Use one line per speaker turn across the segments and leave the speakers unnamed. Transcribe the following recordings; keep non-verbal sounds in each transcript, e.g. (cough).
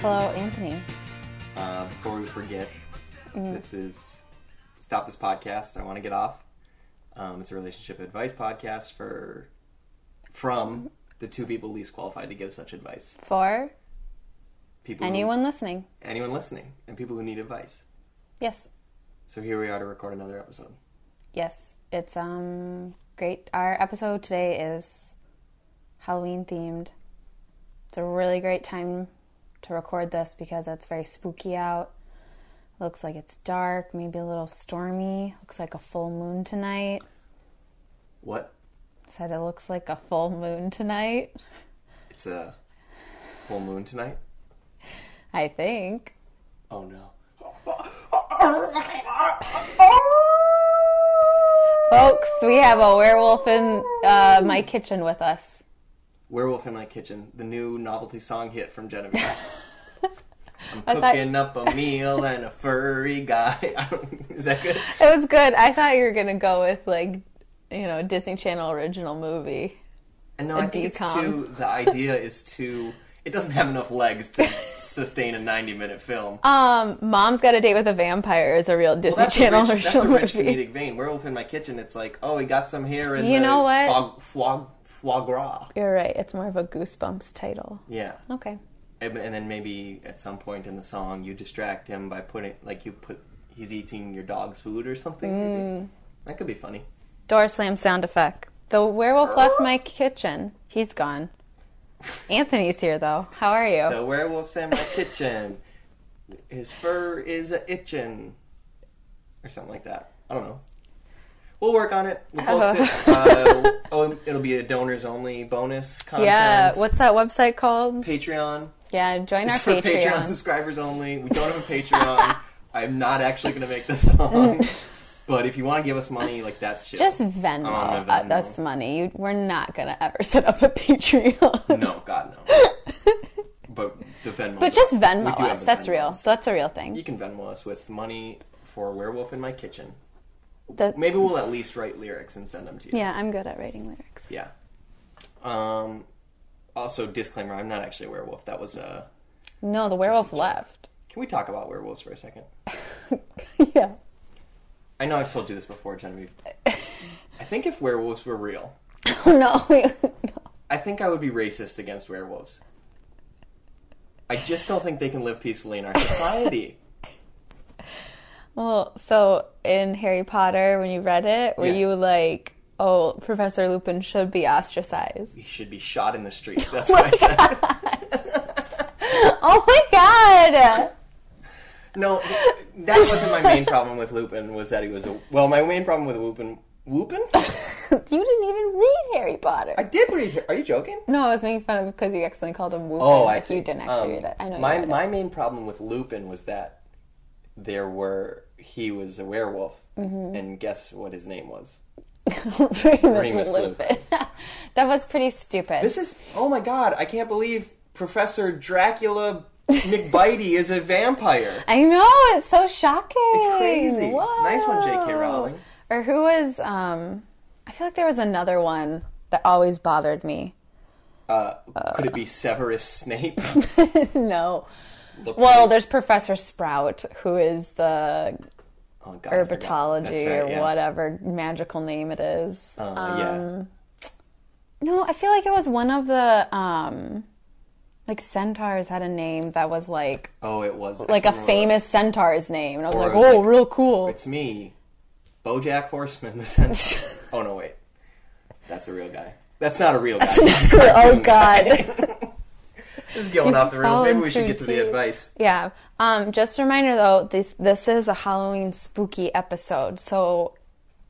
Hello, Anthony.
Uh, before we forget,
Mm.
this is Stop This Podcast. I want to get off. Um, it's a relationship advice podcast for from the two people least qualified to give such advice.
For
People who-
anyone listening.
anyone listening, and people who need advice.
Yes.
So here we are to record another episode.
Yes. It's um great. Our episode today is Halloween themed. It's a really great time to record this because it's very spooky out. Looks like it's dark, maybe a little stormy. Looks like a full moon tonight.
What?
Said it looks like a full moon tonight.
It's a full moon tonight.
I think.
Oh no!
Folks, we have a werewolf in uh, my kitchen with us.
Werewolf in my kitchen, the new novelty song hit from
(laughs)
Genevieve. I'm
thought-
cooking up a meal and a furry guy. (laughs) I don't- Is that good?
It was good. I thought you were gonna go with like, you know, Disney Channel original movie.
And no, I think it's
decom.
too. The idea is too. It doesn't have enough legs
(laughs)
to sustain a 90 minute film.
Um, Mom's Got a Date with a Vampire is a real Disney
That's
Channel
a rich, that's
original
a rich
movie.
comedic vein. Werewolf in my kitchen. It's like, oh, he got some hair and
You
the
know
Foie,
what?
foie, foie gras.
You're right. It's more of a Goosebumps title.
Yeah,
Okay.
and, and then maybe at some point in the song, you distract him by putting like you put he's eating your dog's food or something.
Mm.
That could be funny.
Door slam sound effect. The werewolf left my kitchen. He's gone. Anthony's here though. How are you?
The werewolf's in my kitchen. His fur is a itching, or something like that. I don't know. We'll work on it. We'll post it.
(laughs)
Uh, oh, it'll be a donors only bonus content.
Yeah. What's that website called?
Patreon?
Yeah. Join
It's
our
for Patreon.
Patreon.
subscribers only. We don't have a
(laughs)
Patreon. I'm not actually going to make this song. but if you want to give us money, like that's shit.
Just
I'm
Venmo,
on
Venmo
my
us money. You, we're not gonna ever (laughs) set up a Patreon.
no, God
(laughs)
no. but the Venmo.
But just Venmo
We do have
us.
the
That's real.
Venmos.
That's a real thing.
You can Venmo us with money for Werewolf in My Kitchen.
The-
Maybe we'll at least write lyrics and send them to you.
yeah, I'm good at writing lyrics.
Yeah. Um, also, disclaimer: I'm not actually a werewolf. That was Uh,
No, the werewolf left.
can we talk about werewolves for a second?
(laughs) yeah.
I know I've told you this before, Genevieve. I think if werewolves were real,
no. Oh, no. (laughs)
I think I would be racist against werewolves. I just don't think they can live peacefully in our society.
Well, so in Harry Potter, when you read it, were
Yeah.
you like, oh, Professor Lupin should be ostracized?
He should be shot in the street. That's what I said.
(laughs) oh my god!
No, that wasn't my main problem with Lupin. Was that he was a well. My main problem with Lupin, Lupin.
you didn't even read Harry Potter.
I did read. Are you joking?
no, I was making fun of because you accidentally called him Lupin.
Oh, I
if
see.
You didn't actually
Um,
read it. I know
My
you read (laughs)
my main problem with Lupin was that there were he was a werewolf,
Mm-hmm.
and guess what his name was?
it. Remus
Remus
Lupin. (laughs) that was pretty stupid.
This is oh my god! I can't believe Professor Dracula McBitey is a vampire.
(laughs) I know it's so shocking.
It's crazy.
Whoa.
Nice one, J.K. Rowling.
Or who was? Um, I feel like there was another one that always bothered me. (laughs)
Uh, could it be Severus Snape?
no.
Look-
(laughs) Well, there's Professor Sprout, who is
oh,
the
god, I forgot.
herpetology
That's
or
right, yeah.
whatever magical name it is.
Uh, yeah.
um, No, I feel like it was one of the um, like centaurs had a name that was like
Oh, it was I
like a
can't remember what it was.
famous centaur's name, and I was
Or
like,
it was
oh,
like-
real cool.
It's me, BoJack Horseman. The (laughs) sense. oh no, wait, that's a real guy. That's not a real guy.
oh God.
(laughs) this is going off the rails. Maybe we should
Fallen
get to the
too
advice.
Yeah. Um, just a reminder though, this this is a Halloween spooky episode. So,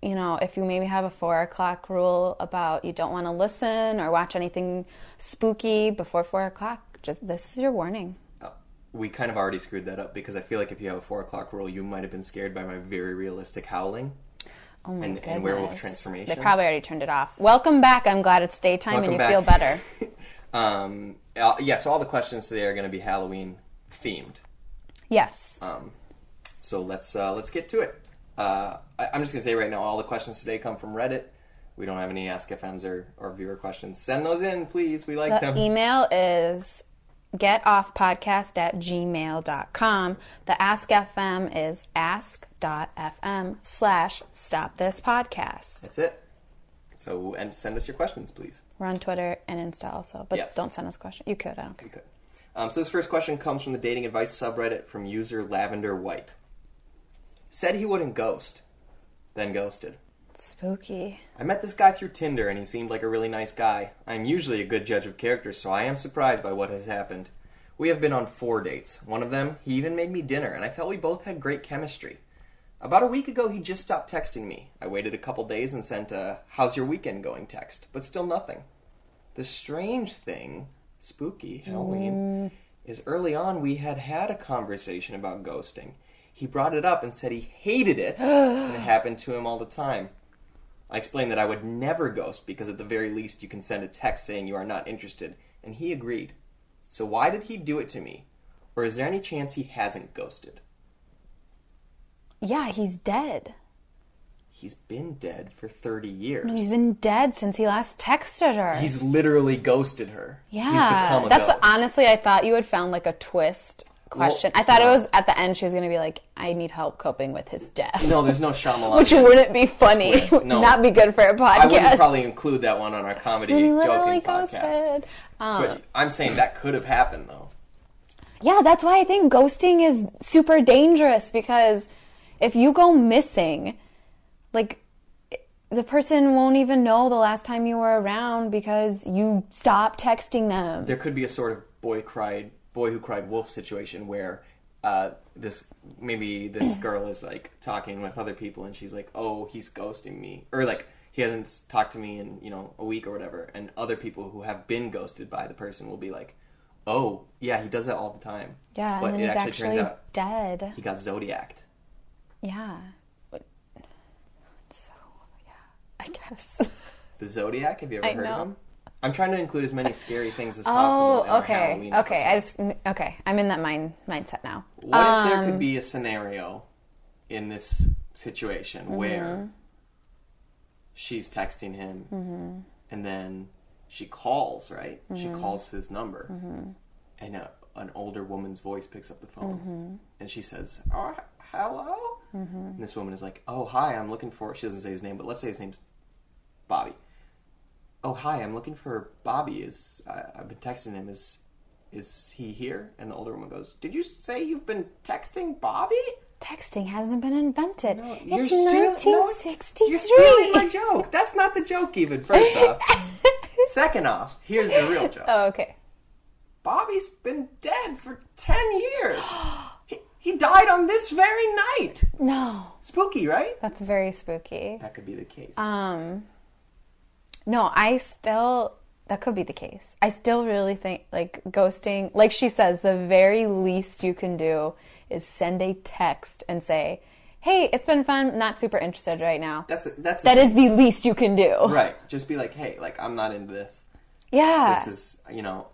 you know, if you maybe have a four o'clock rule about you don't want to listen or watch anything spooky before four o'clock, just, this is your warning.
Uh, We kind of already screwed that up because I feel like if you have a four o'clock rule, you might have been scared by my very realistic howling.
Oh my
And-
goodness.
and werewolf transformation.
They probably already turned it off. Welcome back. I'm glad it's daytime
Welcome
and you
back.
feel better.
Um, uh, yeah, so all the questions today are going to be Halloween themed.
Yes.
Um, so let's uh, let's get to it. Uh, I, I'm just gonna say right now, all the questions today come from Reddit. We don't have
Uh,
any Ask FMs or, or viewer questions. Send those in, please. We like
The
them.
email is getoffpodcast at gmail.com. The Ask FM is ask.fm slash stop this podcast.
That's it. So, and send us your questions, please.
We're on Twitter and Insta also, but
Yes.
don't send us questions. You could, I don't care.
You could. Um, so this first question comes from the dating advice subreddit from user Lavender White. Said he wouldn't ghost, then ghosted.
Spooky.
I met this guy through Tinder and he seemed like a really nice guy. I'm usually a good judge of character, so I am surprised by what has happened. We have been on four dates. One of them, he even made me dinner, and I felt we both had great chemistry. About a week ago, he just stopped texting me. I waited a couple days and sent a, How's your weekend going text, but still nothing. The strange thing, spooky Halloween, is early on we had had a conversation about ghosting. He brought it up and said he hated it, and it happened to him all the time. I explained that I would never ghost because at the very least you can send a text saying you are not interested, and he agreed. So why did he do it to me? Or is there any chance he hasn't ghosted?
Yeah, he's dead.
He's been dead for 30 years.
He's been dead since he last texted her.
He's literally ghosted her. He's
yeah.
become a
That's what,
ghost.
honestly, I thought you had found like a twist question. I thought
no.
it was at the end she was going to be like, I need help coping with his death.
no, there's no Shyamalan.
(laughs) Which wouldn't be funny.
Twist, no.
(laughs) Not be good for a podcast.
I wouldn't probably include that one on our comedy
And he literally
joking podcast.
ghosted. Um,
But I'm saying that could have happened though.
yeah, that's why I think ghosting is super dangerous because if you go missing, like the person won't even know the last time you were around because you stopped texting them.
there could be a sort of boy cried boy who cried wolf situation where uh, this maybe this
(clears throat)
girl is like talking with other people and she's like oh he's ghosting me or like he hasn't s- talked to me in you know a week or whatever and other people who have been ghosted by the person will be like oh yeah he does that all the time
Yeah,
but
and then
it
he's
actually,
actually,
turns out
dead.
he got zodiaced
Yeah. But- So, yeah, I guess.
the zodiac have you ever
I
heard
know.
of him i'm trying to include as many scary things as possible
Oh,
in our
okay,
Halloween
okay.
episode.
I just okay. I'm in that mind mindset now.
What if there could be a scenario in this situation where she's texting him and then she calls, right? She calls his number and a, an older woman's voice picks up the phone and she says, oh, h- Hello? And this woman is like, Oh, hi, I'm looking for, she doesn't say his name, but let's say his name's Bobby. Oh, hi, I'm looking for Bobby. Is I I've been texting him. Is is he here? And the older woman goes, Did you say you've been texting Bobby?
Texting hasn't been invented. it's
no,
1963.
you're stealing my joke. That's not the joke, even, first
(laughs)
off. Second off, here's the real joke.
oh, okay.
Bobby's been dead for 10
(gasps)
years. he, he died on this very night.
No,
Spooky, right?
that's very spooky.
That could be the case.
Um, no, I still that could be the case. I still really think like ghosting, like she says, the very least you can do is send a text and say, "Hey, it's been fun. Not super interested right now."
that's a, that's a-
That is the least you can do.
right. Just be like, hey, like I'm not into this.
Yeah.
This is, you know,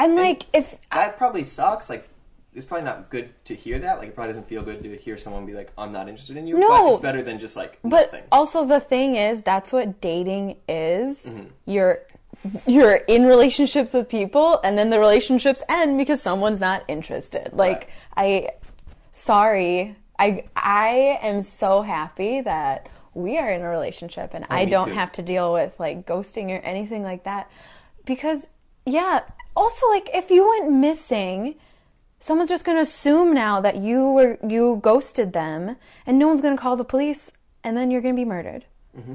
and like if
that probably sucks. Like, it's probably not good to hear that. Like, it probably doesn't feel good to hear someone be like, "I'm not interested in you."
No.
but it's better than just like
But
nothing.
also the thing is that's what dating is. You're you're in relationships with people and then the relationships end because someone's not interested. Like I sorry. I I am so happy that we are in a relationship and I
Oh, me
don't
too.
have to deal with like ghosting or anything like that. Because yeah, also like if you went missing, someone's just going to assume now that you were you ghosted them and no one's going to call the police and then you're going to be murdered
Mm-hmm.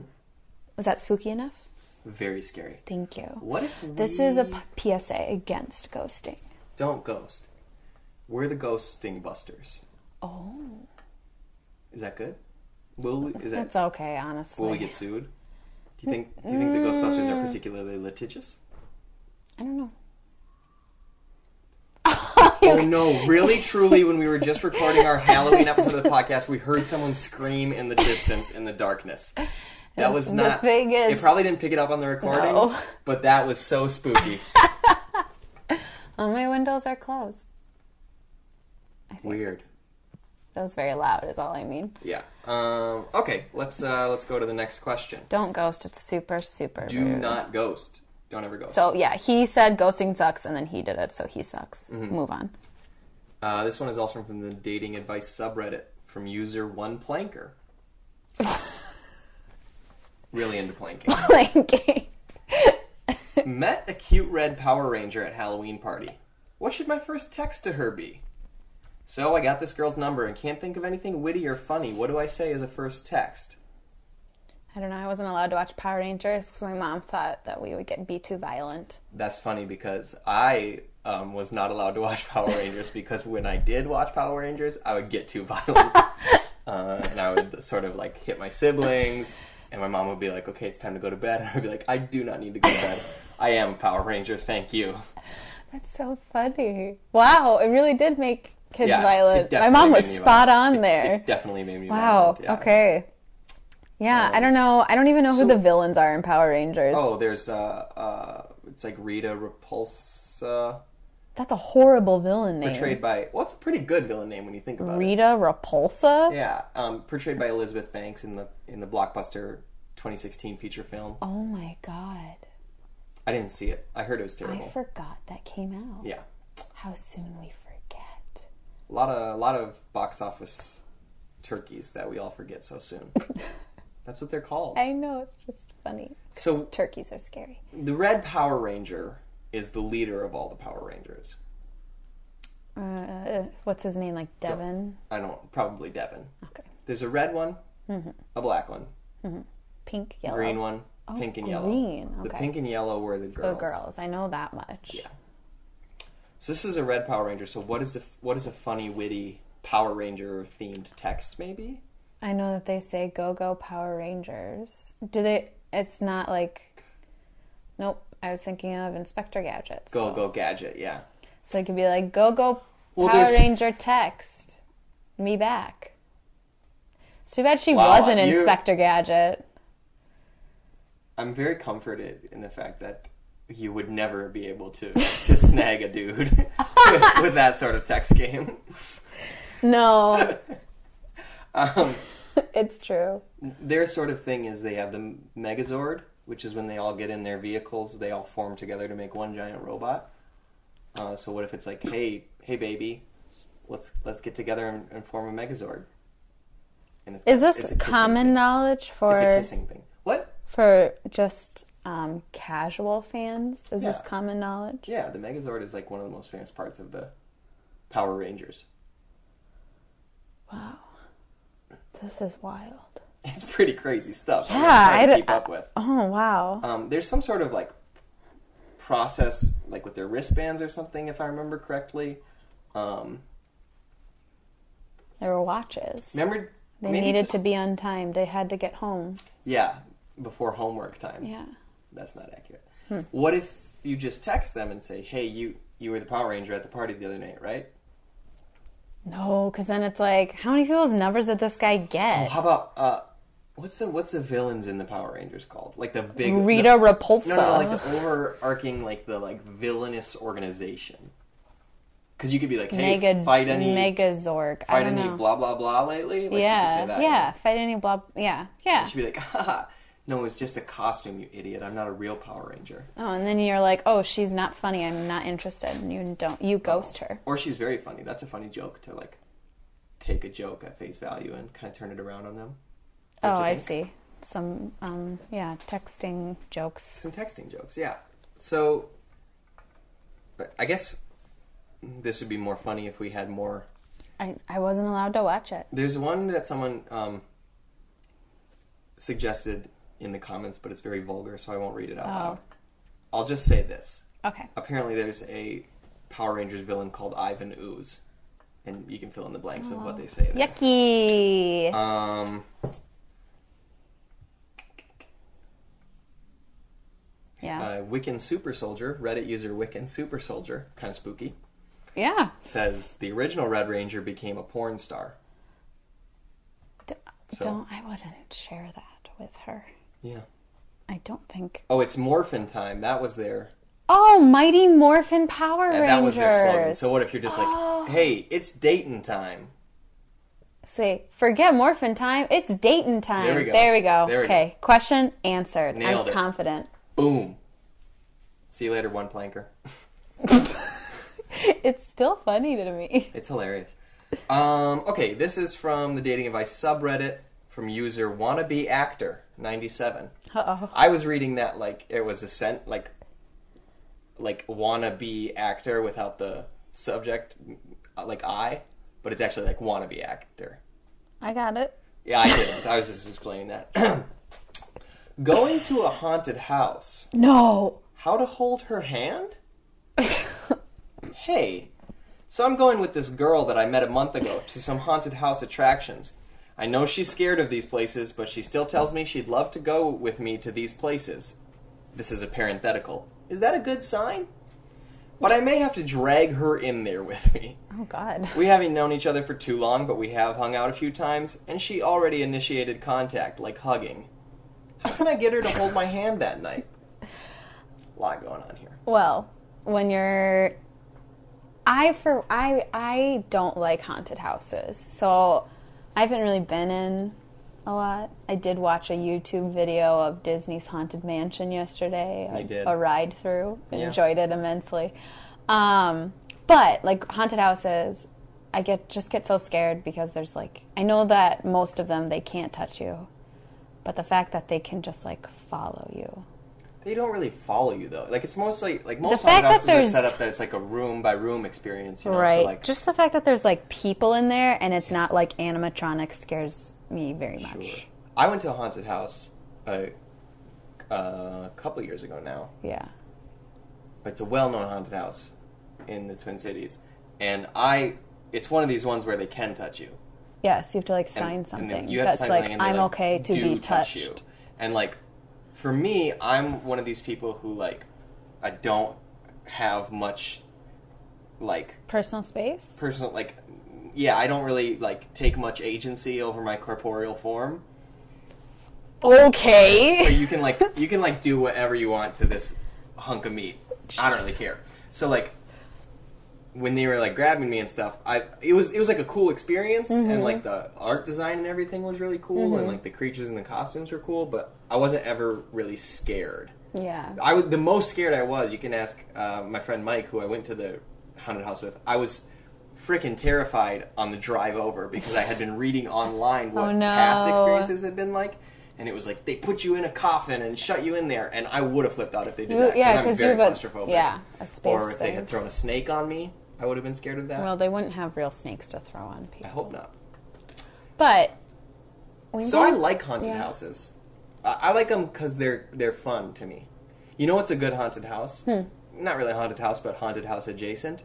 was that spooky enough
Very scary.
thank you
What if
this
we
is a p- psa against ghosting
don't ghost? We're the ghosting busters.
oh
Is that good? Will we, is that
that's okay honestly
will we get sued? Do you think Do you think the Ghostbusters
mm.
are particularly
(laughs)
litigious?
i don't know
Oh no! Really, truly, when we were just recording our Halloween episode of the podcast, we heard someone scream in the distance in the darkness. That was not.
thing is-
they probably didn't pick it up on the recording,
No.
but that was so
(laughs)
spooky.
all my windows are closed
Weird.
that was very loud is all i mean
Yeah. Um, okay. Let's uh, let's go to the next question.
don't ghost it's super super
Do
rude.
not ghost. Don't ever go.
So yeah, he said ghosting sucks, and then he did it, so he sucks.
Mm-hmm.
Move on. (laughs)
Uh, this one is also from the dating advice subreddit from user one planker. really into planking.
Like,
Met a cute red Power Ranger at Halloween party. What should my first text to her be? So I got this girl's number and can't think of anything witty or funny. What do I say as a first text?
I don't know. I wasn't allowed to watch Power Rangers because my mom thought that we would get be too violent.
That's funny because I um, was not allowed to watch (laughs) Power Rangers because when I did watch Power Rangers, I would get too (laughs) violent. uh, and I would sort of like hit my siblings, and my mom would be like, okay, it's time to go to bed. (laughs) And I'd be like, I do not need to go to bed. I am a Power Ranger, thank you.
That's so funny. Wow, it really did make kids
Yeah, it
violent. My
definitely
mom
made
was
me
spot
violent.
on
It- (laughs)
there.
It definitely made me
Wow.
violent. yeah.
Okay. Yeah, I don't know. I don't even know who the villains are in Power Rangers.
Oh, there's, uh, uh, it's like Rita Repulsa,
That's a horrible villain name.
portrayed by, well, it's a pretty good villain name when you think about it.
Rita Repulsa.
Yeah, um, portrayed by Elizabeth Banks in the in the blockbuster 2016 feature film.
Oh my god!
I didn't see it. I heard it was
I
terrible.
forgot that came out.
Yeah,
How soon we forget.
a lot of a lot of box office turkeys that we all forget so
(laughs)
soon. That's what they're called.
I know it's just funny.
So-
turkeys are scary.
The Red Power Ranger is the leader of all the Power Rangers.
Uh, what's his name? Like Devin?
I don't probably Devin.
Okay.
There's a red one,
Mm-hmm.
a black one,
Pink, yellow.
green one, pink and yellow.
Oh. green,
The
okay.
pink and yellow were the
The
girls.
girls. I know that much.
Yeah. So this is a red Power Ranger. So what is a what is a funny, witty Power Ranger themed text? Maybe
I know that they say "Go Go Power Rangers." Do they? It's not like. Nope. I was thinking of Inspector Gadget.
go go gadget. Yeah.
So it could be like "Go Go
Well,
Power
there's-
Ranger." Text me back. It's too bad she
Wow,
wasn't
you-
Inspector Gadget.
I'm very comforted in the fact that you would never be able to to (laughs) snag a dude (laughs) with, with that sort of text game.
No,
(laughs) Um,
it's true.
their sort of thing is they have the Megazord, which is when they all get in their vehicles, they all form together to make one giant robot. Uh, so what if it's like, hey, hey, baby, let's let's get together and, and form a Megazord? And it's
Is this
it's a kissing
common
thing.
knowledge for
It's a kissing thing. What?
for just um, casual fans? Is this
Yeah.
common knowledge?
Yeah, the Megazord is like one of the most famous parts of the Power Rangers. (laughs)
This is wild.
It's pretty crazy stuff. I'm
Yeah,
not trying to
I d-
keep up with.
Oh wow!
Um, there's some sort of like process, like with their wristbands or something, if I remember correctly. Um,
There were watches.
remember,
They
maybe
needed
just-
to be on time. They had to get home.
Yeah, before homework time.
Yeah. Hmm.
That's not accurate. What if you just text them and say, "Hey, you you were the Power Ranger at the party the other night, right?
No, because then it's like, how many people's numbers did this guy get?
How about uh, what's the what's the villains in the Power Rangers called? Like the big
Rita
the-
Repulsa.
No, no, like the overarching, like the like villainous organization. Because you could be like, hey,
Mega
fight any,
Megazorg. I
fight
don't
any,
know.
blah blah blah lately. Like, you could
yeah,
say that,
yeah. Fight any blah. Yeah, yeah.
You should be like, (laughs) haha, no, it's just a costume, you idiot. I'm not a real Power Ranger.
Oh, and then you're like, oh, she's not funny. I'm not interested. And you don't. You ghost her.
Or she's very funny. That's a funny joke to like take a joke at face value and kind of turn it around on them. Don't
Oh,
you
I
think?
see. Some, um, yeah, texting jokes.
Some texting jokes, yeah. So, but I guess this would be more funny if we had more
I, I wasn't allowed to watch it.
There's one that someone um, suggested in the comments, but it's very vulgar, so I won't read it out loud. I'll just say this.
Oh. Okay.
Apparently, there's a Power Rangers villain called Ivan Ooze, and you can fill in the blanks of what they say. there.
Yucky.
Um.
yeah.
Uh, Wiccan Super Soldier, Reddit user Wiccan Super Soldier, kind of spooky,
yeah.
says the original Red Ranger became a porn star.
D-
so-
Don't. I wouldn't share that with her.
Yeah.
I don't think.
Oh, it's Morphin Time. That was their
Oh, Mighty Morphin Power
And
Rangers.
that was their slogan. So what if you're just like, hey, it's Dayton time.
Say, forget Morphin time. It's Dayton time.
There we go. There we go.
okay. Question answered.
Nailed
I'm
it.
confident.
Boom. See you later, one planker.
(laughs)
(laughs)
It's still funny
(laughs)
to me.
It's hilarious. Um, okay, this is from the dating advice subreddit from user wannabe actor ninety seven.
Uh oh.
I was reading that like it was a sent like like wannabe actor without the subject uh, like I, but it's actually like wannabe actor.
I got it.
Yeah, I did. I was just explaining that. (clears throat) Going to a haunted house.
No.
How to hold her hand? hey, so I'm going with this girl that I met a month ago to some haunted house attractions. I know she's scared of these places, but she still tells me she'd love to go with me to these places. This is a parenthetical. Is that a good sign? But I may have to drag her in there with me.
Oh God.
We haven't known each other for too long, but we have hung out a few times, and she already initiated contact, like hugging. How can I get her to hold my hand that night? A lot going on here.
Well, when you're I for I I don't like haunted houses. So I haven't really been in a lot. I did watch a YouTube video of Disney's Haunted Mansion yesterday.
You
a-
did.
A ride through. and
Yeah.
Enjoyed it immensely. Um, but like haunted houses, I get just get so scared because there's like I know that most of them they can't touch you. But the fact that they can just like follow you.
They don't really follow you though. Like it's mostly like most
fact
haunted houses
that
are
there's-
set up that it's like a room by room experience. You know?
Right.
So like
Just the fact that there's like people in there and it's not like animatronic scares me very much.
Sure. I went to a haunted house a, a couple years ago now.
Yeah.
It's a well-known haunted house in the Twin Cities, and I. It's one of these ones where they can touch you.
Yes, you have to like
And-
sign
and then
something.
you have to
That's
sign
like
something and they,
I'm
like,
okay to
do
be
touch
touched.
you. And like, for me, I'm one of these people who like, I don't have much, like
Personal
(laughs)
space?
personal like yeah i don't really like take much agency over my corporeal form so
(laughs) Okay.
you can like you can like do whatever you want to this hunk of meat i don't really care so like when they were like grabbing me and stuff i it was it was like a cool experience and like the art design and everything was really cool and like the creatures and the costumes were cool but i wasn't ever really scared
yeah.
I was the most scared I was. You can ask uh, my friend Mike, who I went to the haunted house with. I was freaking terrified on the drive over because I had
(laughs)
been reading online what
Oh, no.
past experiences had been like, and it was like they put you in a coffin and shut you in there, and I would have flipped out if they did
You-
that.
yeah,
I'm
'cause
very
you have a-
claustrophobic.
yeah, a space
Or if they
thing.
had thrown a snake on me, I would have been scared of that.
Well, they wouldn't have real snakes to throw on
I
people.
hope not.
But we
So I
won't-
like haunted
yeah.
houses. I, I like them because they're they're fun to me. You know what's a good haunted house?
Hmm.
Not really a haunted house, but haunted house adjacent.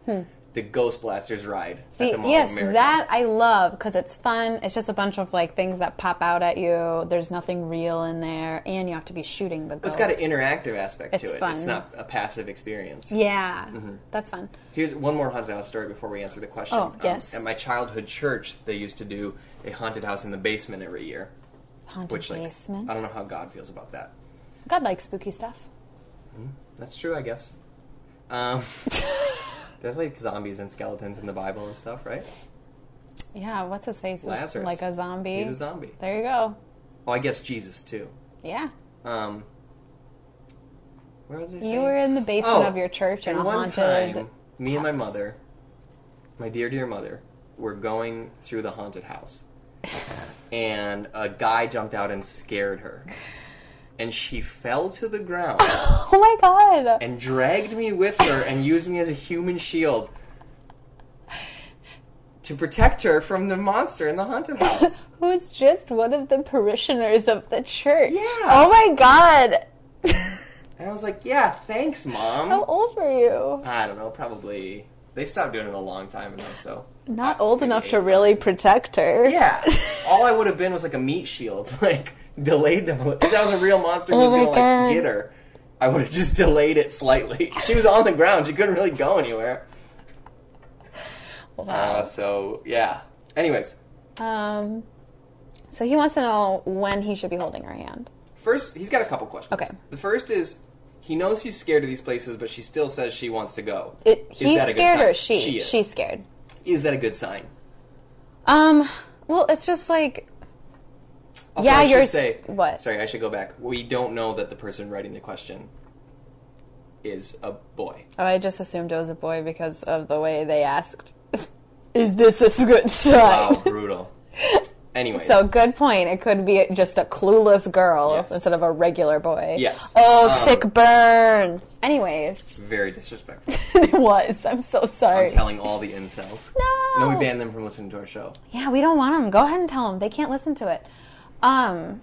The Ghost Blasters ride.
See,
at the Mall of
yes,
America.
that I love because it's fun. It's just a bunch of like things that pop out at you. There's nothing real in there, and you have to be shooting the
It's
ghosts.
got an interactive aspect
It's
to it. It's
fun.
not a passive experience.
Yeah,
Mm-hmm.
that's fun.
Here's one more haunted house story before we answer the question. Um,
Oh, yes.
at my childhood church, they used to do a haunted house in the basement every year.
Haunted
Which, like,
basement.
I don't know how God feels about that.
God likes spooky stuff. (laughs)
That's true, I guess. Um, (laughs) there's like zombies and skeletons in the Bible and stuff, right?
Yeah, what's his face? Is
Lazarus.
Like a zombie.
He's a zombie.
there you go.
Oh, I guess Jesus too.
Yeah.
Um, where was I?
You
saying?
were in the basement
Oh,
of your church in
and
a
one
haunted.
time, me and my
house.
mother, my dear dear mother, were going through the haunted house, and a guy jumped out and scared her, and she fell to the ground
Oh my god!
and dragged me with her and used me as a human shield to protect her from the monster in the haunted house.
Who's just one of the parishioners of the church?
Yeah.
Oh my god! (laughs)
And I was like, "Yeah, thanks, mom."
How old were you?
I don't know, probably they stopped doing it a long time ago, so
Not
I-
old
maybe
enough
eight.
to really protect her. (laughs)
Yeah. (laughs) All I would have been was like a meat shield, (laughs) like delayed them. If that was a real monster who
Oh
was
my
gonna like
God.
get her, I would have just delayed it slightly. (laughs) She was on the ground, she couldn't really go anywhere. Uh,
Wow.
so yeah. Anyways,
Um. So he wants to know when he should be holding her hand.
First, he's got a couple questions.
Okay.
The first is he knows he's scared of these places, but she still says she wants to go.
It.
Is
He's
that a good
scared
sign?
or she?
She is.
She's scared.
Is that a good sign?
Um. Well, it's just like
Also,
Yeah,
I should
you're s-
say
what?
Sorry, I should go back. We don't know that the person writing the question is a boy.
Oh, I just assumed it was a boy because of the way they asked, (laughs) "Is this a good sign?" (laughs)
Wow, brutal. Anyways,
So good point. It could be just a clueless girl
Yes.
instead of a regular boy.
Yes.
Oh,
Um,
sick burn. Anyways, (laughs)
very disrespectful.
it was. I'm so sorry.
I'm telling all the incels.
no.
No, we banned them from listening to our show.
Yeah, we don't want them. Go ahead and tell them. They can't listen to it. Um,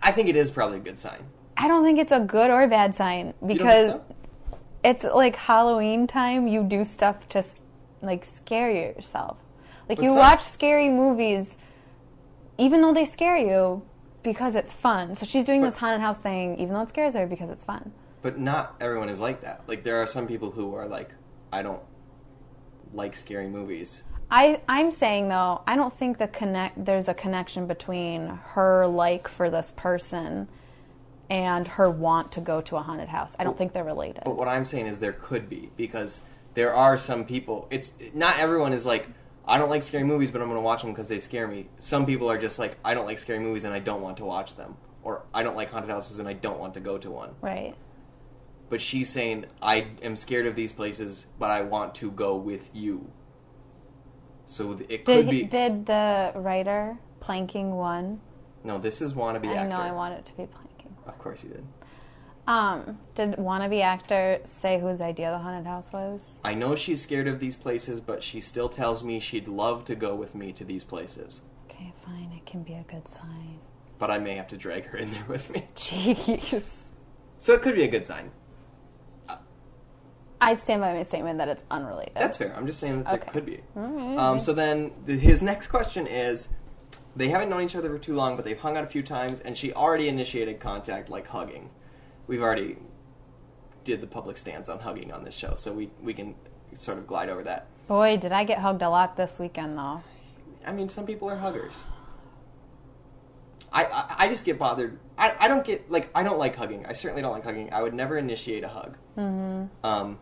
I think it is probably a good sign.
I don't think it's a good or bad sign
You don't think
because
so?
it's like Halloween time. You do stuff to s- like scare yourself. Like
But
you
some-
watch scary movies, even though they scare you, because it's fun. So she's doing
But-
this haunted house thing, even though it scares her, because it's fun.
But not everyone is like that. Like there are some people who are like, I don't like scary movies.
I, I'm saying though, I don't think the connect there's a connection between her like for this person and her want to go to a haunted house. I don't think they're related.
But what I'm saying is there could be because there are some people. It's not everyone is like, I don't like scary movies, but I'm going to watch them because they scare me. Some people are just like, I don't like scary movies and I don't want to watch them, or I don't like haunted houses and I don't want to go to one.
Right.
But she's saying, I am scared of these places, but I want to go with you. So it could
Did,
be
did the writer planking one?
no. This is wannabe
I
actor.
know I want it to be planking.
Of course you did.
Um, did wannabe actor say whose idea the haunted house was?
I know she's scared of these places, but she still tells me she'd love to go with me to these places.
Okay, fine. It can be a good sign.
But I may have to drag her in there with me.
(laughs) Jeez.
So it could be a good sign.
I stand by my statement that it's unrelated.
That's fair. I'm just saying that there
Okay.
could be. Um, so then th- his next question is they haven't known each other for too long, but they've hung out a few times, and she already initiated contact, like hugging. We've already did the public stance on hugging on this show, so we, we can sort of glide over that.
Boy, did I get hugged a lot this weekend though.
I mean, some people are huggers. I, I, I just get bothered. I, I don't get, like, I don't like hugging. I certainly don't like hugging. I would never initiate a hug. Mm-hmm. Um,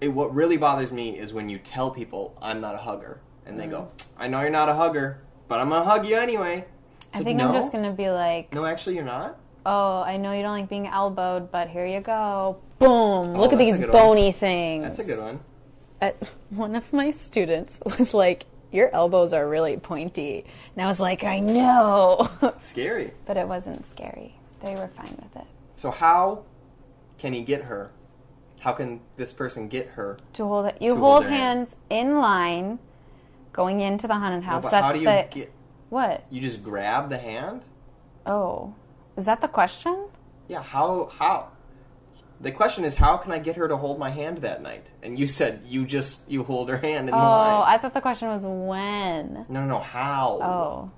it, what really bothers me is when you tell people I'm not a hugger, and they go, I know you're not a hugger, but I'm going to hug you anyway. It's
I
like,
think
no,
I'm just gonna be like,
No, actually, you're not.
oh, I know you don't like being elbowed, but here you go. Boom! Look
Oh, that's
at
a
these
good one.
bony things.
That's a good one.
At, (laughs) one of my students was like, your elbows are really pointy. And I was like, I know. (laughs)
Scary.
but it wasn't scary. They were fine with it.
So, how can he get her? How can this person get her?
To hold it, you
To hold
hold
their hand.
hands in line going into the haunted house.
but
That's
how do you
the
get.
what?
You just grab the hand?
Oh, is that the question?
Yeah, how how? The question is how can I get her to hold my hand that night? And you said you just you hold her hand in
Oh,
the line.
I thought the question was when.
No, no, no, how?
Oh,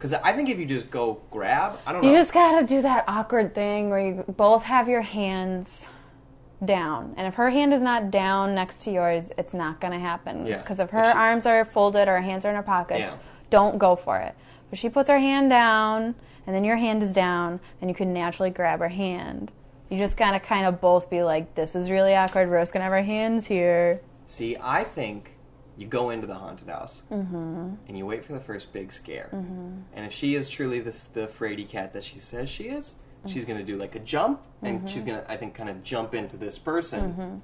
Cuz I think if you just go grab, I don't
you
know.
just gotta do that awkward thing where you both have your hands down, and if her hand is not down next to yours, it's not gonna happen.
Yeah.
Because if
If
her
she's-
arms are folded or her hands are in her pockets,
Yeah.
don't go for it. But she puts her hand down, and then your hand is down, and you can naturally grab her hand. You just gotta kind of both be like, "This is really awkward. We're just gonna have our hands here."
See, I think you go into the haunted house
Mm-hmm.
and you wait for the first big scare. And if she is truly this the fraidy cat that she says she is, she's
Mm-hmm.
going to do like a jump and she's going to I think kind of jump into this person.
Mm-hmm.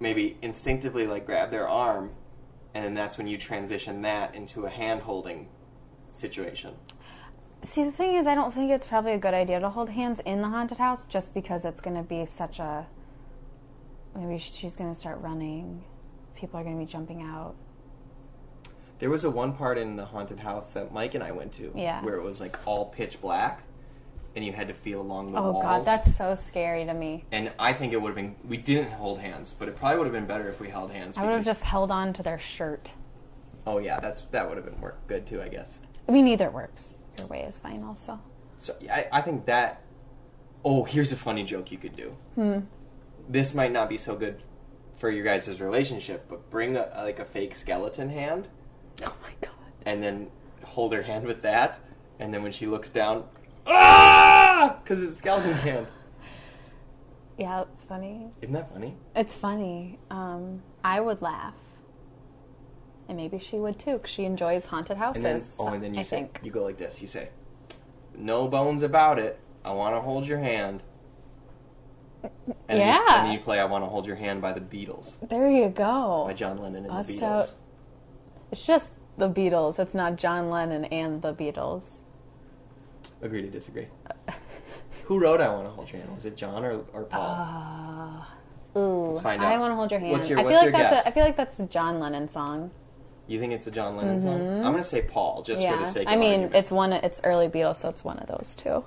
Maybe instinctively like grab their arm and then that's when you transition that into a hand-holding situation.
See, the thing is, I don't think it's probably a good idea to hold hands in the haunted house just because it's going to be such a. Maybe she's going to start running. People are going to be jumping out.
There was a one part in the haunted house that Mike and I went to
Yeah.
where it was like all pitch black and you had to feel along the
Oh,
walls.
God, that's so scary to me.
And I think it would have been we didn't hold hands, but it probably would have been better if we held hands.
I would have
because-
just held on to their shirt.
Oh yeah, that's that would have been work good too, I guess.
I mean, either works. Your way is fine, also.
So yeah, I, I think that. Oh, here's a funny joke you could do. Hmm. This might not be so good for your guys' relationship, but bring a, like a fake skeleton hand
Oh, my God.
and then hold her hand with that, and then when she looks down, ah, because it's a skeleton hand.
Yeah, it's funny.
Isn't that funny?
It's funny. Um, I would laugh. And maybe she would too, 'cause she enjoys haunted houses.
And then, oh, and then you
I
say,
think.
you go like this. You say, "No bones about it. I want to hold your hand." And then you-
Yeah.
and then you play "I Want to Hold Your Hand" by the Beatles,
There you go.
by John Lennon and
Bust
the Beatles.
out. It's just the Beatles. It's not John Lennon and the Beatles.
Agree to
(laughs)
disagree. Who wrote "I Want to Hold Your Hand"? Was it John or, or Paul?
Ah. Ooh,
Let's find
I
out.
want to hold your hand.
What's your-
I feel
what's
like
your
that's
guess?
A, I feel like that's a John Lennon song.
you think it's a John Lennon song? I'm gonna say Paul, just for the
Mm-hmm. Yeah,
sake. of
I mean
argument.
it's one. It's early Beatles, so it's one of those two.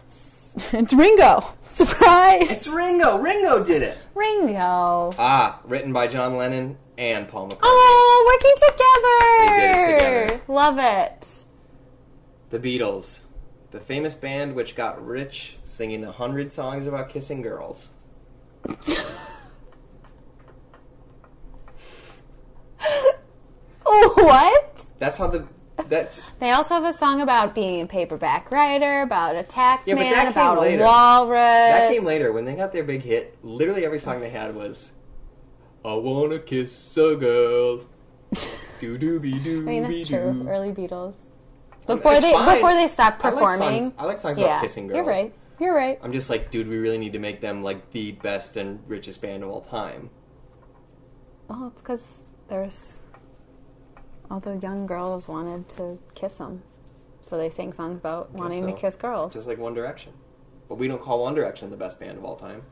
(laughs) it's Ringo. (laughs) Surprise!
it's Ringo. Ringo did it.
Ringo.
Ah, written by John Lennon and Paul McCartney.
Oh, working together.
They did it together.
Love it.
The Beatles, the famous band which got rich singing a hundred songs about kissing girls.
Oh, what?
That's how the
(laughs)
that's
They also have a song about being a paperback writer, about a taxman,
Yeah, but that came
about
later.
a walrus.
that came later when they got their big hit. Literally every song they had was "I wanna kiss a
(laughs)
girl." Do doobie doo.
I mean, that's true. Early Beatles.
mean,
Before
it's
they
fine.
before they stopped
I like songs-
performing.
I like songs
yeah,
about kissing girls.
you're right. You're right.
I'm just like, dude, we really need to make them like the best and richest band of all time.
Well, it's because there's all the young girls wanted to kiss him, so they sang songs about wanting
so.
to kiss girls.
Just like One Direction. But we don't call One Direction the best band of all time.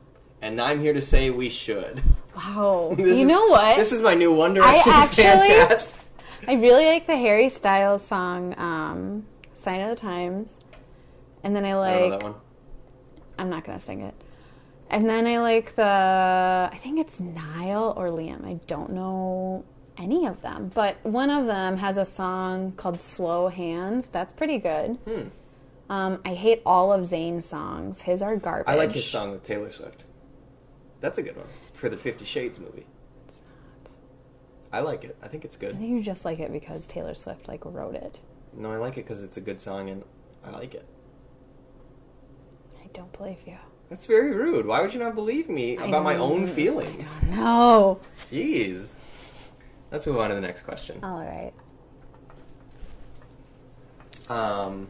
And I'm here to say we should. (laughs)
Wow.
This
you
is-
know what?
This is my new One Direction (laughs)
actually-
fancast.
I really like the Harry Styles song, um, "Sign of the Times," and then I
I
like.
don't know that one.
I'm not gonna sing it. And then I like the I think it's Niall or Liam. I don't know any of them, but one of them has a song called "Slow Hands." That's pretty good.
Hmm.
Um, I hate all of Zayn's songs. His are garbage.
I like his song with Taylor Swift. That's a good one for the Fifty Shades movie. I like it. I think it's
I
good.
think you just like it because Taylor Swift like wrote it.
No, I like it because it's a good song and I like it.
I don't believe you.
That's very rude. Why would you not believe me about my
don't-
own feelings?
No.
Jeez. Let's move on to the next question.
All right.
Um,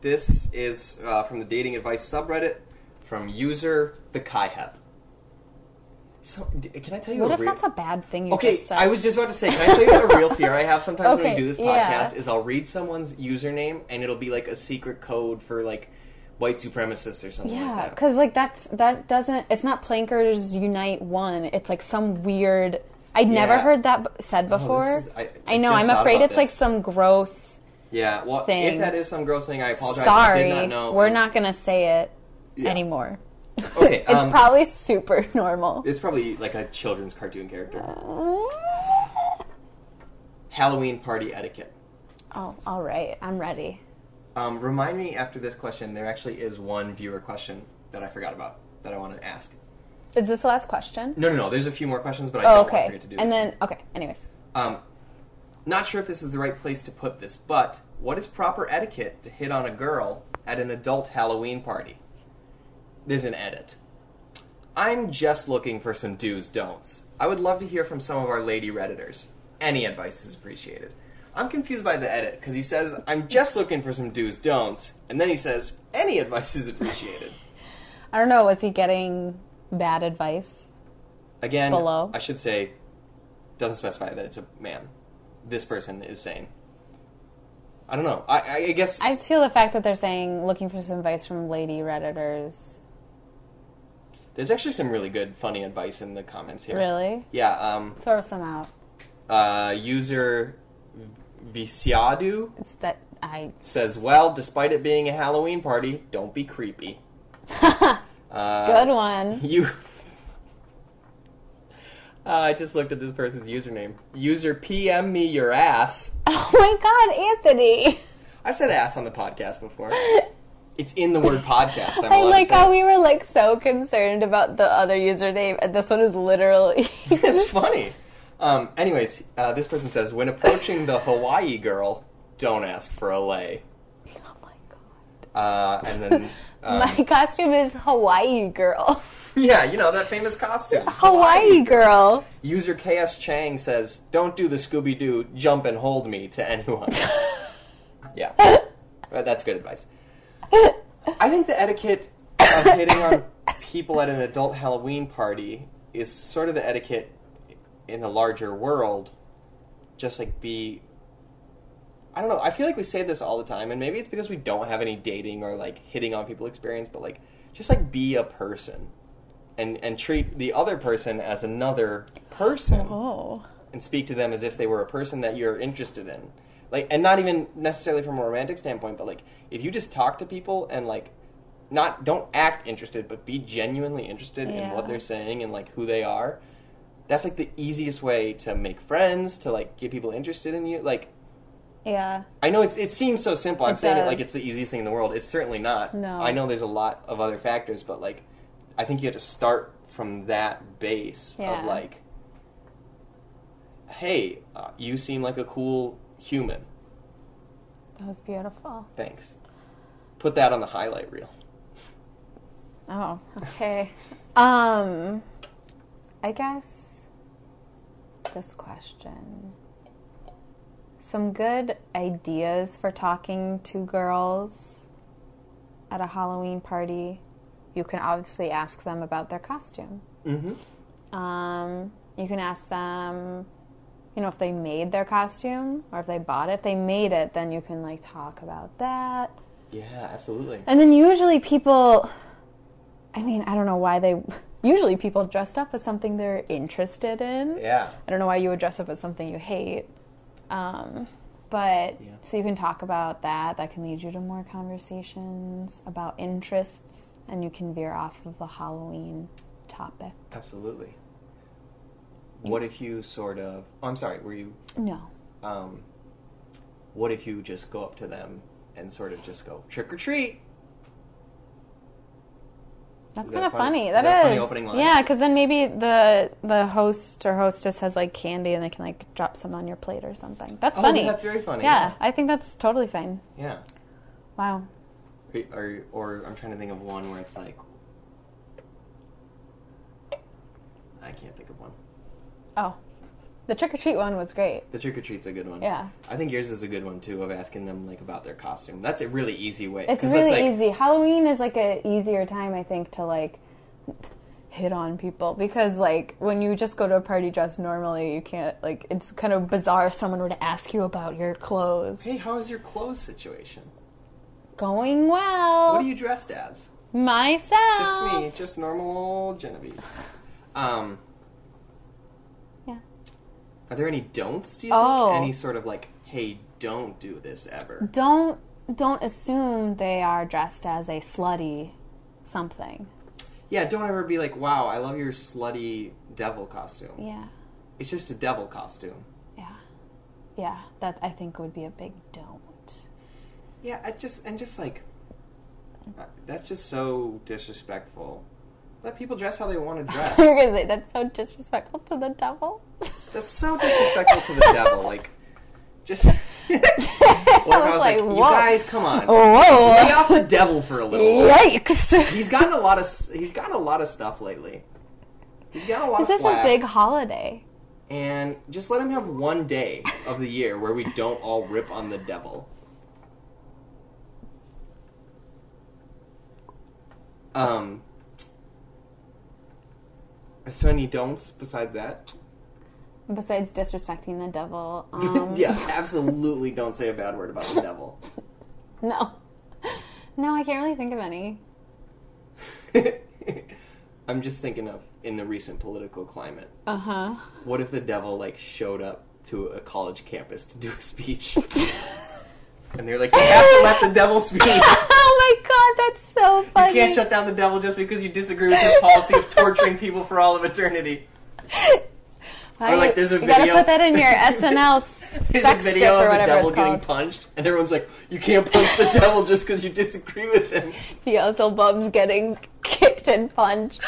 this is uh, from the dating advice subreddit from user the Kaihep. So, d- can I tell you
What
a
if
real-
that's a bad thing you
Okay,
just said?
I was just about to say, can I tell you the real fear I have sometimes when I
Okay,
do this
yeah.
podcast is I'll read someone's username and it'll be like a secret code for like white supremacists or something
Yeah,
like that.
because like that's that doesn't. It's not Plankers Unite One. It's like some weird. I'd never
Yeah. Oh,
heard that b- said before.
is- I- I
know.
just
I'm
thought
afraid
about
it's like
this.
some gross.
Yeah, well, if
Thing.
that is some gross thing, I apologize. Oh, I
sorry,
did not know.
we're not gonna say it
Yeah.
anymore.
(laughs) Okay,
(laughs) it's
um,
probably super (laughs) normal.
It's probably like a children's cartoon character. Halloween party etiquette.
Oh, all right. I'm ready.
Um, remind me after this question, there actually is one viewer question that I forgot about that I want to ask.
Is this the last question?
No, no, no. There's a few more questions, but I
Oh,
don't want to
okay.
forget to do this.
And then okay. Anyways,
um, not sure if this is the right place to put this, but what is proper etiquette to hit on a girl at an adult Halloween party? There's an edit. I'm just looking for some do's don'ts. I would love to hear from some of our lady redditors. Any advice is appreciated. I'm confused by the edit because he says I'm just looking for some do's don'ts, and then he says any advice is appreciated.
I don't know. Was he getting bad advice?
Again,
Below.
I should say, doesn't specify that it's a man. This person is saying. I don't know. I, I, I guess
I just feel the fact that they're saying looking for some advice from lady redditors.
there's actually some really good, funny advice in the comments here.
Really?
Yeah. Um.
Throw some out.
Uh. User Visiadu
It's that (laughs) I
says, "Well, despite it being a Halloween party, don't be creepy."
good (laughs) one.
You. (laughs) Uh, I just looked at this person's username. User PM me your ass.
Oh my god, Anthony!
I've said ass on the podcast before. It's in the
(laughs)
word podcast. I'm
I
allowed to
like
say
how
it.
we were like so concerned about the other username, and this one is literally. (laughs)
(laughs) It's funny. Um, anyways, uh, this person says when approaching the Hawaii girl, don't ask for a lay.
oh my god!
Uh, and
(laughs)
then, um,
my costume is Hawaii girl.
yeah, you know that famous costume.
Hawaii girl.
User KS Chang says, "Don't do the Scooby Doo jump and hold me to anyone." yeah, Well, that's good advice. I think the etiquette of hitting on people at an adult Halloween party is sort of the etiquette in the larger world. Just like be. I don't know. I feel like we say this all the time, and maybe it's because we don't have any dating or like hitting on people experience, but like just like be a person and and treat the other person as another person
Oh.
and speak to them as if they were a person that you're interested in. Like, and not even necessarily from a romantic standpoint, but like, if you just talk to people and like, not don't act interested, but be genuinely interested in
Yeah.
what they're saying and like who they are. That's like the easiest way to make friends, to like get people interested in you. Like,
Yeah.
I know it's it seems so simple. I'm
It
saying it
does.
like it's the easiest thing in the world. It's certainly not.
No.
I know there's a lot of other factors, but like I think you have to start from that base
Yeah.
of like hey, uh, you seem like a cool human.
That was beautiful.
Thanks. Put that on the highlight reel.
Oh, okay. um, I guess this question. Some good ideas for talking to girls at a Halloween party. You can obviously ask them about their costume.
Mhm.
Um, you can ask them, you know, if they made their costume or if they bought it. If they made it, then you can like talk about that.
Yeah, absolutely.
And then usually people, I mean, I don't know why they, (laughs) usually people dressed up as something they're interested in.
Yeah.
I don't know why you would dress up as something you hate. Um, but
Yeah.
so you can talk about that. That can lead you to more conversations about interests, and you can veer off of the Halloween topic.
Absolutely. What if you sort of oh, I'm sorry, were you
No.
um what if you just go up to them and sort of just go trick or treat?
That's
Is that
kind of
funny?
funny.
Is
That is.
that a funny opening line?
Yeah, because then maybe the the host or hostess has like candy, and they can like drop some on your plate or something. That's
Oh,
funny.
that's very funny,
Yeah,
yeah.
I think that's totally fine.
Yeah.
Wow.
Or, or I'm trying to think of one where it's like I can't think of one.
Oh, the trick or treat one was great.
The trick or treat's a good one.
Yeah.
I think yours is a good one too of asking them like about their costume. That's a really easy way.
It's
'cause
really
like,
easy. Halloween is like a easier time, I think, to like hit on people because like when you just go to a party dressed normally, you can't like it's kind of bizarre if someone were to ask you about your clothes.
Hey, how is your clothes situation?
Going well.
What are you dressed as?
Myself.
Just
Oh.
me, just normal old Genevieve. Um,
Yeah.
are there any don'ts? Do you think
Oh.
any sort of like, hey, don't do this ever?
Don't don't assume they are dressed as a slutty something.
Yeah, don't ever be like, wow, I love your slutty devil costume.
Yeah.
It's just a devil costume.
Yeah. Yeah, that I think would be a big don't. (laughs)
Yeah, I just and just like uh, that's just so disrespectful. Let people dress how they want to
You're
dress.
(laughs) gonna say that's so disrespectful to the devil. (laughs)
that's so disrespectful to the devil. Like,
(laughs)
just (laughs)
I
Like, I was like, you
(laughs)
guys, come on,
Oh.
be
whoa,
off the devil for a little. while.
(laughs) yikes!
He's gotten a lot of s- he's gotten a lot of stuff lately. He's gotten a lot
Is
of
this his
flack.
big holiday?
And just let him have one day of the year where we don't all rip on the devil. Um. So any don'ts besides that?
Besides disrespecting the
(laughs)
devil, um,
yeah, absolutely don't say a bad word about the devil.
(laughs)
(laughs)
no, no, I can't really think of any.
I'm just thinking of in the recent political climate.
Uh huh.
What if the devil like showed up to a college campus to do a speech? and they're like, you have to let the devil speak. You
(laughs) oh my god, that's so funny.
can't shut down the devil just because you disagree with his policy of torturing people for all of eternity.
Why
or, like,
you-
(laughs) there's a
you gotta
video-
put that in your SNL
There's
spec
a
script
video
or
of the
whatever
devil
it's
getting
called.
punched, and everyone's like, you can't punch
(laughs)
the devil just because you disagree with him.
The also bums getting (laughs) kicked and punched,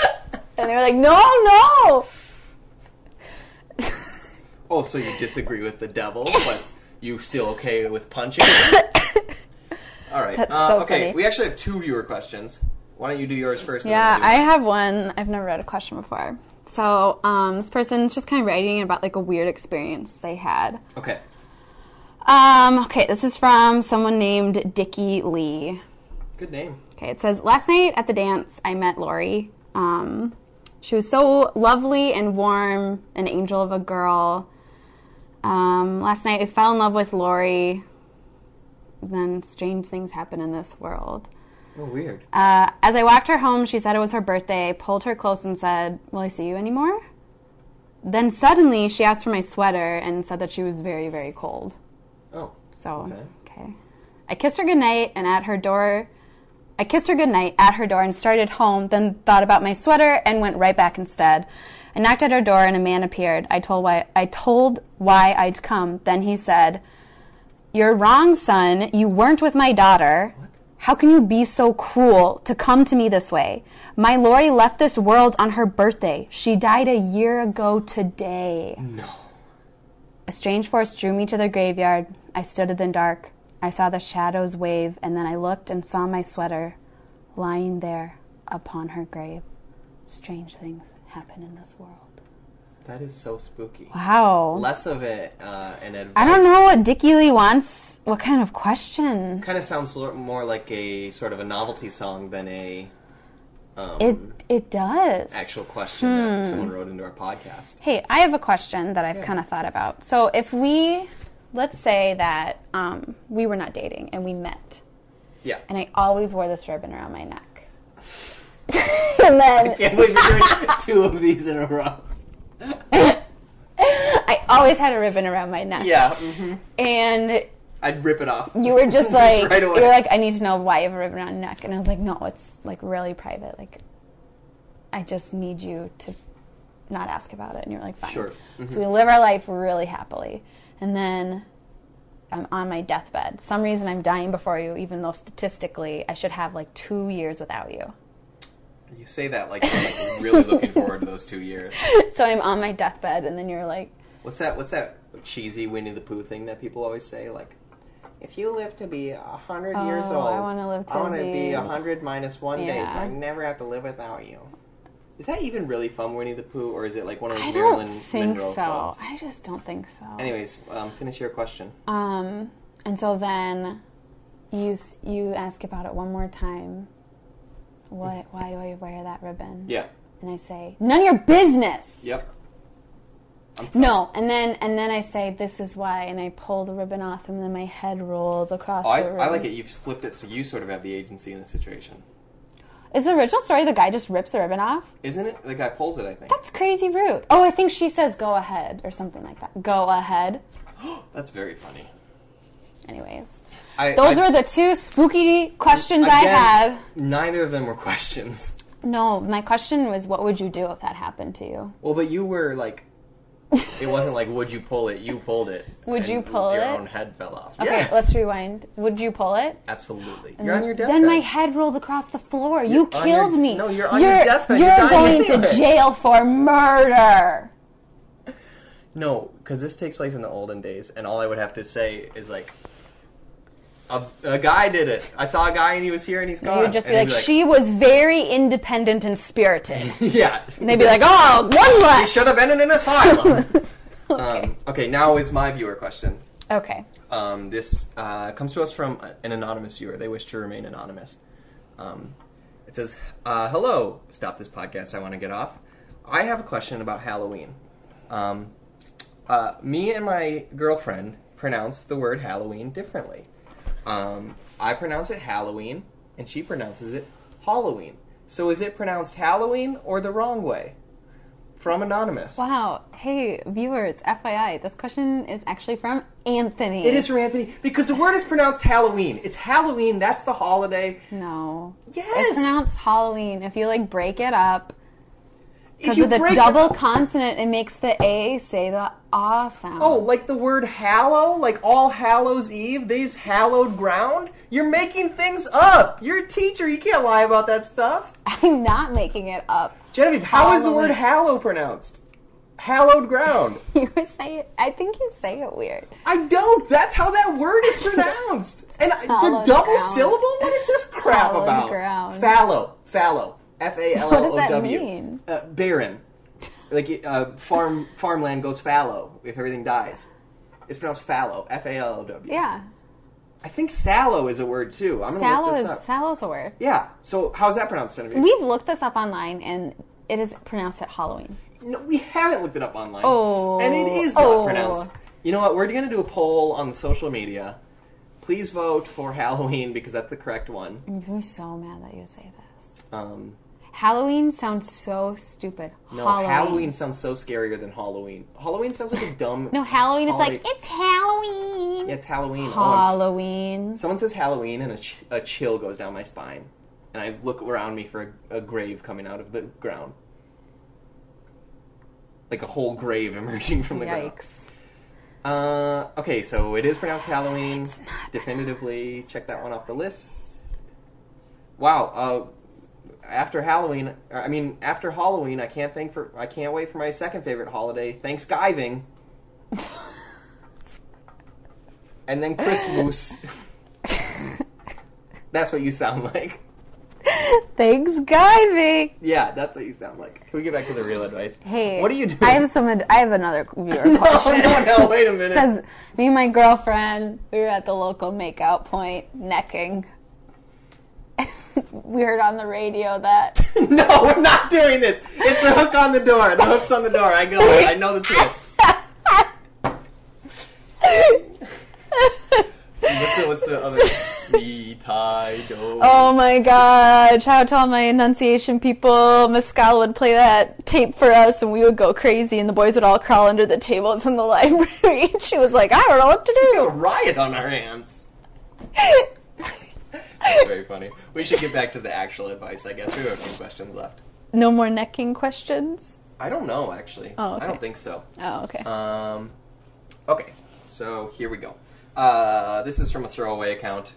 and they're like, no, no. (laughs)
Oh, so you disagree with the devil, but you still okay with punching?
(laughs)
All right.
That's
uh,
so
okay,
funny.
we actually have two viewer questions. Why don't you do yours first? and then
Yeah,
I'll do
I
mine.
have one. I've never read a question before. So um, this person's just kind of writing about like a weird experience they had.
Okay.
Um, okay, this is from someone named Dickie Lee.
Good name.
Okay, it says last night at the dance I met Lori. Um, she was so lovely and warm, an angel of a girl. Um, last night I fell in love with Lori. Then strange things happen in this world.
Oh, weird.
Uh, as I walked her home, she said it was her birthday. I pulled her close and said, Will I see you anymore? Then suddenly she asked for my sweater and said that she was very, very cold.
Oh,
So,
Okay.
okay. I kissed her goodnight and at her door, I kissed her goodnight at her door and started home, then thought about my sweater and went right back instead. I knocked at her door and a man appeared. I told why I told why I'd come. Then he said, "You're wrong, son. You weren't with my daughter. How can you be so cruel to come to me this way? My Lori left this world on her birthday. She died a year ago today."
no.
A strange force drew me to the graveyard. I stood in the dark. I saw the shadows wave, and then I looked and saw my sweater lying there upon her grave. Strange things happen in this world.
That is so spooky.
Wow.
Less of it uh, an advice.
I don't know what Dickie Lee wants. What kind of question?
Kind of sounds lo- more like a sort of a novelty song than a um,
It Hmm. it does.
actual question that someone wrote into our podcast.
Hey, I have a question that I've kind of thought about. So if we, let's say that um, we were not dating and we met,
Yeah. (laughs)
and I always wore this ribbon around my neck, (laughs) and then
Can't believe you're doing (laughs) two of these in a row.
I always had a ribbon around my neck.
Yeah. hmm
And
I'd rip it off. (laughs)
you were just like,
right
you
away.
were like, I need to know why you have a ribbon around your neck. And I was like, no, it's like really private. Like, I just need you to not ask about it. And you were like, fine.
Sure. Mm-hmm.
So we live our life really happily. And then I'm on my deathbed. Some reason I'm dying before you, even though statistically I should have like two years without you.
you say that like you're like, really looking forward to those two years.
so I'm on my deathbed. And then you're like,
What's that? What's that cheesy Winnie the Pooh thing that people always say? Like, if you live to be a hundred years
Oh,
old,
I wanna live
I
to
want to be
be-
a hundred minus one day, so
Yeah.
I never have to live without you. Is that even really from Winnie the Pooh, or is it like one of those
I
Marilyn
don't think
Monroe
so.
quotes?
I just don't think so.
Anyways, um, finish your question.
Um, and so then you s- you ask about it one more time. What? Why do I wear that ribbon?
yeah.
And I say, none of your business.
Yep. I'm sorry.
No. And then and then I say, this is why. And I pull the ribbon off, and then my head rolls across.
Oh, I,
the room.
I like it. You've flipped it, so you sort of have the agency in the situation,
Is the original story the guy just rips the ribbon off?
isn't it? The guy pulls it. I think
That's crazy rude. Oh, I think she says, "Go ahead" or something like that. Go ahead.
that's very funny.
Anyways,
I,
those
I-
were the two spooky questions I
again,
had.
Neither of them were (laughs) questions.
No, my question was, what would you do if that happened to you?
Well, but you were like, it wasn't like would you pull it? You pulled it.
Would
And
you pull
your
it?
Your own head fell off.
Okay,
yeah,
let's rewind. Would you pull it?
absolutely. You're on your deathbed.
then my head rolled across the floor. you
on your-
killed me.
no, you're on your deathbed.
You're,
You're dying
going
anyway.
to jail for murder.
No, because this takes place in the olden days, and all I would have to say is like, a, a guy did it. I saw a guy, and he was here, and he's gone.
You'd just be
And
like,
they'd
she was very independent
(laughs)
and spirited. and
Yeah. (laughs)
they'd be like, oh, one
He
less.
should have been in an
(laughs)
asylum. Um, okay, now is my viewer question.
Okay.
Um, this uh, comes to us from an anonymous viewer. They wish to remain anonymous. Um, it says, uh, "Hello, stop this podcast. I want to get off. I have a question about Halloween. Um, uh, me and my girlfriend pronounce the word Halloween differently. Um, I pronounce it Halloween, and she pronounces it Halloween. So is it pronounced Halloween or the wrong way?" From anonymous.
Wow. Hey, viewers, FYI, this question is actually from Anthony.
It is from Anthony because the word is pronounced Halloween. It's Halloween. That's the holiday.
No.
Yes.
It's pronounced Halloween. If you like break it up,
If
because
you
of the
break-
double consonant, it makes the A say the ah sound.
Oh, like the word hallow, like All Hallows Eve, these hallowed ground. You're making things up. You're a teacher. You can't lie about that stuff.
(laughs) I'm not making it up.
Genevieve, how is the
Halloween.
word hallow pronounced? Hallowed ground.
(laughs) You say it. I think you say it weird.
I don't. That's how that word is pronounced. And I, the
Hallowed
double
ground.
syllable. What is this crap
Hallowed
about?
ground.
Fallow. Fallow. F a l l o w.
What does that mean?
Uh, barren. Like uh, farm farmland goes fallow if everything dies. It's pronounced fallow. F a l l o w.
Yeah.
I think sallow is a word too. I'm gonna
Sallow
look this
is
up.
sallow's a word.
yeah. So how's that pronounced, Genevieve?
We've looked this up online, and it is pronounced at Halloween.
No, we haven't looked it up online.
Oh.
And it is not
Oh.
pronounced. You know what? We're going to do a poll on social media. Please vote for (laughs) Halloween because that's the correct one.
I'm gonna be so mad that you say this.
Um,
Halloween sounds so stupid.
no, Halloween. sounds so scarier than Halloween. Halloween sounds
(laughs)
like a dumb.
No, Halloween. It's
Holiday-
like it's Halloween.
Yeah, it's Halloween. Oh, I'm s-
Halloween.
someone says Halloween and a, ch- a chill goes down my spine. And I look around me for a, a grave coming out of the ground. Like a whole grave (laughs) emerging from the ground.
Yikes. (laughs)
Uh, okay, so it is pronounced Halloween.
not
Definitively, check that one off the list. Wow. Uh, after Halloween, I mean, after Halloween, I can't think for. I can't wait for my second favorite holiday,
(laughs)
Thanksgiving. and then
(laughs)
Christmas. that's what you sound like.
Thanks, Giving.
Yeah, that's what you sound like. Can we get back to the real advice?
Hey,
what are you doing?
I have some. ad- I have another viewer
oh
question.
(laughs) no, no! Wait a minute.
(laughs) It says me and my girlfriend we were at the local makeout point necking (laughs) we heard on the radio that
(laughs)
(laughs)
No, we're not doing this. It's the hook on the door. The hook's on the door. I go. I know the twist. What's the, what's the
(laughs)
other? Me do.
oh my gosh how tall my enunciation people mescal would play that tape for us and we would go crazy and the boys would all crawl under the tables in the (laughs) library and she was like i don't know what to
We have a riot on our hands.
do
That's (laughs) very funny. We should get back to the actual advice. I guess we have a few questions left.
(laughs) no more necking questions
I don't know actually.
Oh, okay.
I don't think so.
oh okay
Um, okay, so here we go. Uh, this is from a throwaway account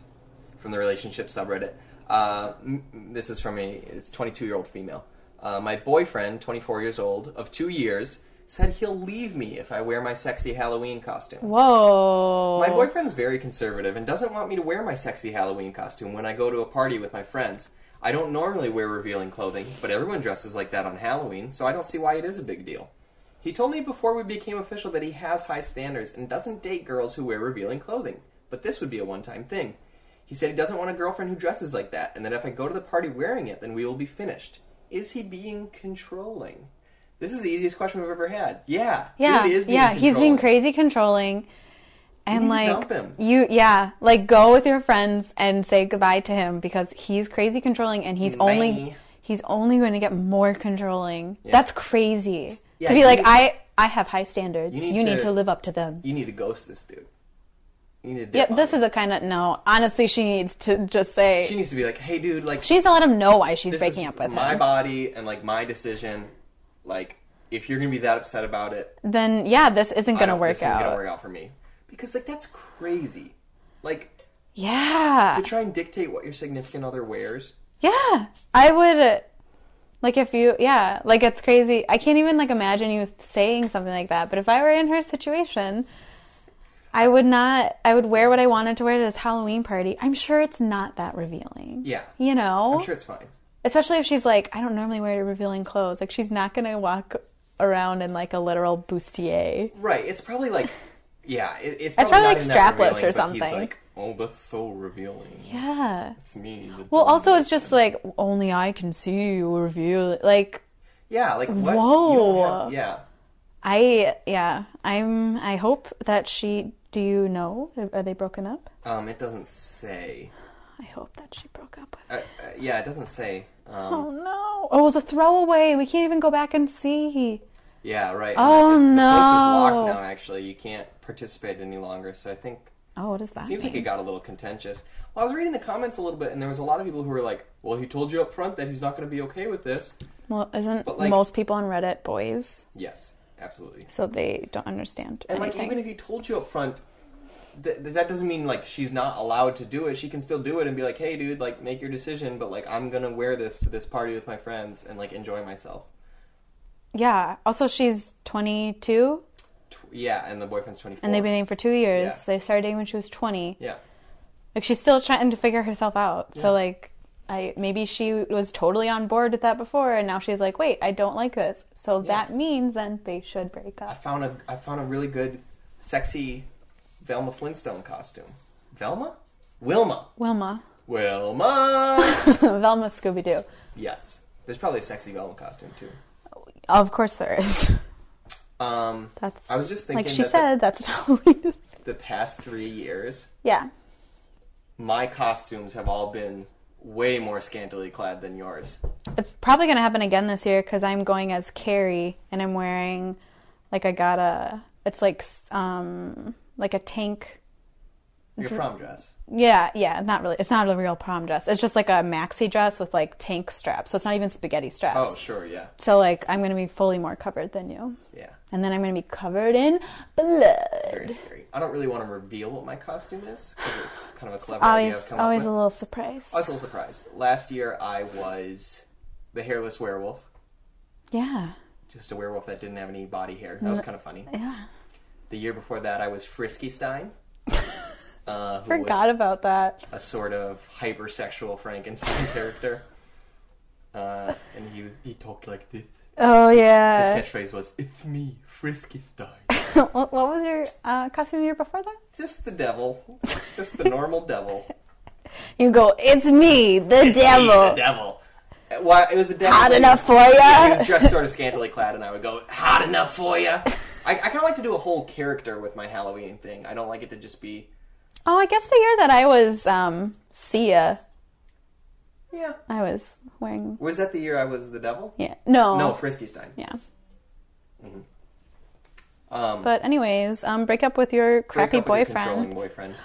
from the relationship subreddit. Uh, m- m- this is from a it's 22 year old female. Uh, my boyfriend, 24 years old, of two years, said he'll leave me if I wear my sexy Halloween costume.
whoa
My boyfriend's very conservative and doesn't want me to wear my sexy Halloween costume when I go to a party with my friends. I don't normally wear revealing clothing, but everyone dresses like that on Halloween, so I don't see why it is a big deal. He told me before we became official that he has high standards and doesn't date girls who wear revealing clothing, but this would be a one time thing. He said he doesn't want a girlfriend who dresses like that, and that if I go to the party wearing it, then we will be finished. Is he being controlling? This is the easiest question we've ever had. Yeah.
Yeah,
Dude is being
yeah, he's
controlling.
being crazy controlling,
need
and
to
like
dump him.
you, yeah, like go with your friends and say goodbye to him because he's crazy controlling, and he's
Bye.
only he's only going to get more controlling. That's crazy
Yeah,
to be
you
like
need-
I I have high standards. You need, to, live up to them.
you need to ghost this dude. You need to.
Yep,
dip
this
on
is a kind of no. Honestly, she needs to just say
She
she,
needs to be like, hey, dude, like
needs to let him know why she's
this
breaking
is
up with
my
him.
body and like my decision. Like, if you're gonna be that upset about it,
Then yeah, this isn't
I
going to
don't-
work
this
out.
Isn't gonna work out for me because like that's crazy. Like
Yeah,
to try and dictate what your significant other wears.
Yeah, I would. uh, Like if you, yeah, like it's crazy. I can't even like imagine you saying something like that. But if I were in her situation, I would not. I would wear what I wanted to wear to this Halloween party. I'm sure it's not that revealing.
Yeah.
You know,
I'm sure it's fine.
especially if she's like, I don't normally wear revealing clothes. Like she's not gonna walk around in like a literal bustier.
Right. It's probably like, yeah. It, it's probably,
probably,
not
like,
in that
strapless
revealing,
or
but he's
something.
like, oh, that's so revealing.
Yeah.
It's me. the
Well,
dumb
also it's
bitch."
just like only I can see you reveal. Like
yeah. Like what? You don't
Whoa.
have- yeah.
I yeah, I'm I hope that she do you know are they broken up?
Um, it doesn't say.
I hope that she broke up with
Uh, uh, yeah, it doesn't say. Um,
Oh no. Oh, it was a throwaway. We can't even go back and see.
Yeah, right.
Oh,
and the, The place is
no.
locked now. Actually, you can't participate any longer. So I think
Oh, what is that?
seems like it
mean?
got a little contentious. Well, I was reading the comments a little bit, and there was a lot of people who were like, "Well, he told you up front that he's not going to be okay with this."
well, isn't
like-
most people on Reddit boys?
Yes, absolutely.
So they don't understand
And like,
anything.
even if he told you up front, th- th- that doesn't mean like she's not allowed to do it. She can still do it and be like, "Hey, dude, like make your decision." But like, I'm gonna wear this to this party with my friends and like enjoy myself.
yeah. Also she's 22
Tw- yeah, and the boyfriend's 24.
and they've been dating for 2 years.
Yeah.
They started dating when she was 20.
yeah.
Like she's still trying to figure herself out. So like I maybe she was totally on board with that before and now she's like, "Wait, I don't like this." So that means then they should break
I
up.
found a I found a really good, sexy Velma Flintstone costume. Velma? Wilma.
Wilma. (laughs)
Wilma.
Velma Scooby Doo.
yes. There's probably a sexy Velma costume too.
Of course there is. (laughs)
Um,
That's
I was just thinking
like she
that the-
said, that's what Halloween is.
the past three years,
Yeah.
my costumes have all been way more scantily clad than yours.
It's probably going to happen again this year because I'm going as Carrie and I'm wearing like I got a it's like s- um like a tank.
Your prom dress.
Yeah, yeah, not really. It's not a real prom dress. It's just like a maxi dress with like tank straps. So it's not even spaghetti straps.
Oh, sure, yeah,
So like I'm going to be fully more covered than you.
yeah.
And then I'm going to be covered in blood.
Very scary. I don't really want to reveal what my costume is because it's kind of a clever idea. I've
Always
come
always
up
a
with.
little surprise.
I was a little surprised. Last year, I was the hairless werewolf,
Yeah.
just a werewolf that didn't have any body hair. That was kind of funny.
Mm. Yeah.
The year before that, I was Frisky
(laughs)
Stein. Uh, who
Forgot
was
about that.
a sort of hypersexual Frankenstein (laughs) character, uh, and he he talked like this.
Oh
His
yeah.
catchphrase was "It's me, Frisky Stein."
what, (laughs) what was your uh, costume year before that?
just the devil, just the
(laughs)
normal devil.
You go, it's me, the
He's
devil.
the devil. Uh, Why it was the devil?
Hot
but he
enough
was-
for ya?
He was dressed sort of scantily clad, and I would go, "Hot enough for ya." I, I kind of like to do a whole character with my Halloween thing. I don't like it to just be,
Oh, I guess the year that I was um, Sia,
yeah.
I was wearing.
Was that the year I was the devil?
Yeah. No.
No, Frisky Stein.
Yeah.
Um,
But, anyways, um, break up with your
break
crappy
up with your
boyfriend. Oh,
controlling boyfriend.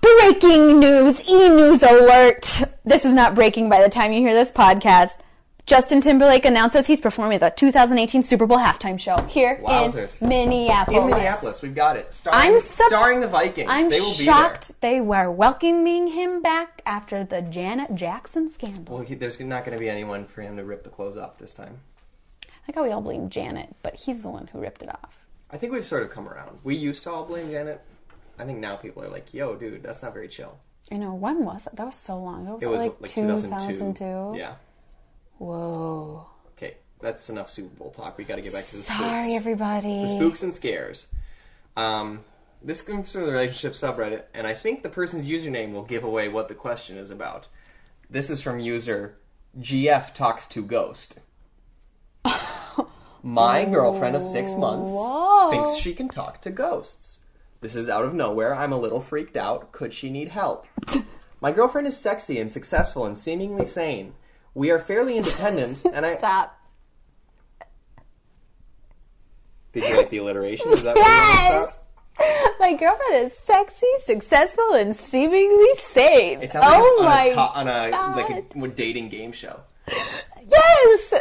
Breaking news, e news alert. This is not breaking by the time you hear this podcast. Justin Timberlake announces he's performing at the 2018 Super Bowl halftime show here
Wowzers.
in Minneapolis.
In Minneapolis, we've got it. Starring,
I'm sup-
starring the Vikings.
I'm
they will be
shocked they were welcoming him back after the Janet Jackson scandal.
there. Well, he, there's not going to be anyone for him to rip the clothes off this time.
I like how we all blame Janet, but he's the one who ripped it off.
I think we've sort of come around. We used to all blame Janet. I think now people are like, "Yo, dude, that's not very chill."
I know, when was it? That was so long. That was,
It was
like,
like, 2002.
2002.
Yeah.
Whoa.
Okay, that's enough Super Bowl talk. We got to get back to the spooks.
Sorry, everybody.
The spooks and scares. Um, this comes from the relationship subreddit, and I think the person's username will give away what the question is about. This is from user GF talks to
(laughs)
ghost. My girlfriend of six months
Oh, Whoa.
thinks she can talk to ghosts. This is out of nowhere. I'm a little freaked out. Could she need
(laughs)
help? My girlfriend is sexy and successful and seemingly sane. We are fairly independent, and I
(laughs) Stop.
did you like the alliteration? Is that what you wanted to
Yes!
stop?
My girlfriend is sexy, successful, and seemingly safe.
It sounds like
oh my
it's on a, ta- on a like
God.
a dating game show.
Yes!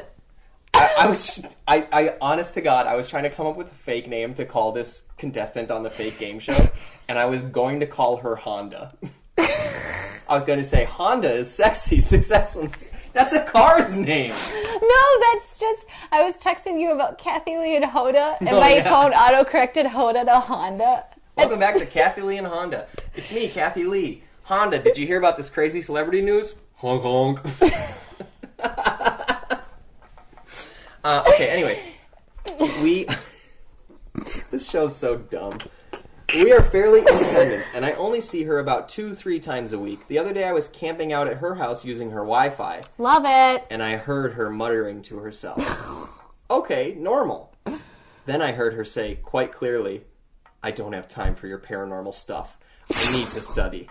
I, I was, I, I, honest to God, I was trying to come up with a fake name to call this contestant on the fake game
(laughs)
show, and I was going to call her Honda. (laughs) I was going to say Honda is sexy, (laughs) successful. and se-" That's a car's name.
No, that's just. I was texting you about Kathy Lee
(laughs)
and Hoda, and
Oh,
my
yeah.
phone auto corrected Hoda to Honda.
Welcome back to Kathy Lee and Honda. It's me, Kathy Lee. Honda, did you hear about this crazy celebrity news? Honk honk. (laughs) uh, okay, anyways. We. (laughs) this show's so dumb. We are fairly independent, and I only see her about two, three times a week. The other day I was camping out at her house using her Wi Fi,
Love it.
and I heard her muttering to herself. okay, normal. Then I heard her say quite clearly, I don't have time for your paranormal stuff. I need to study.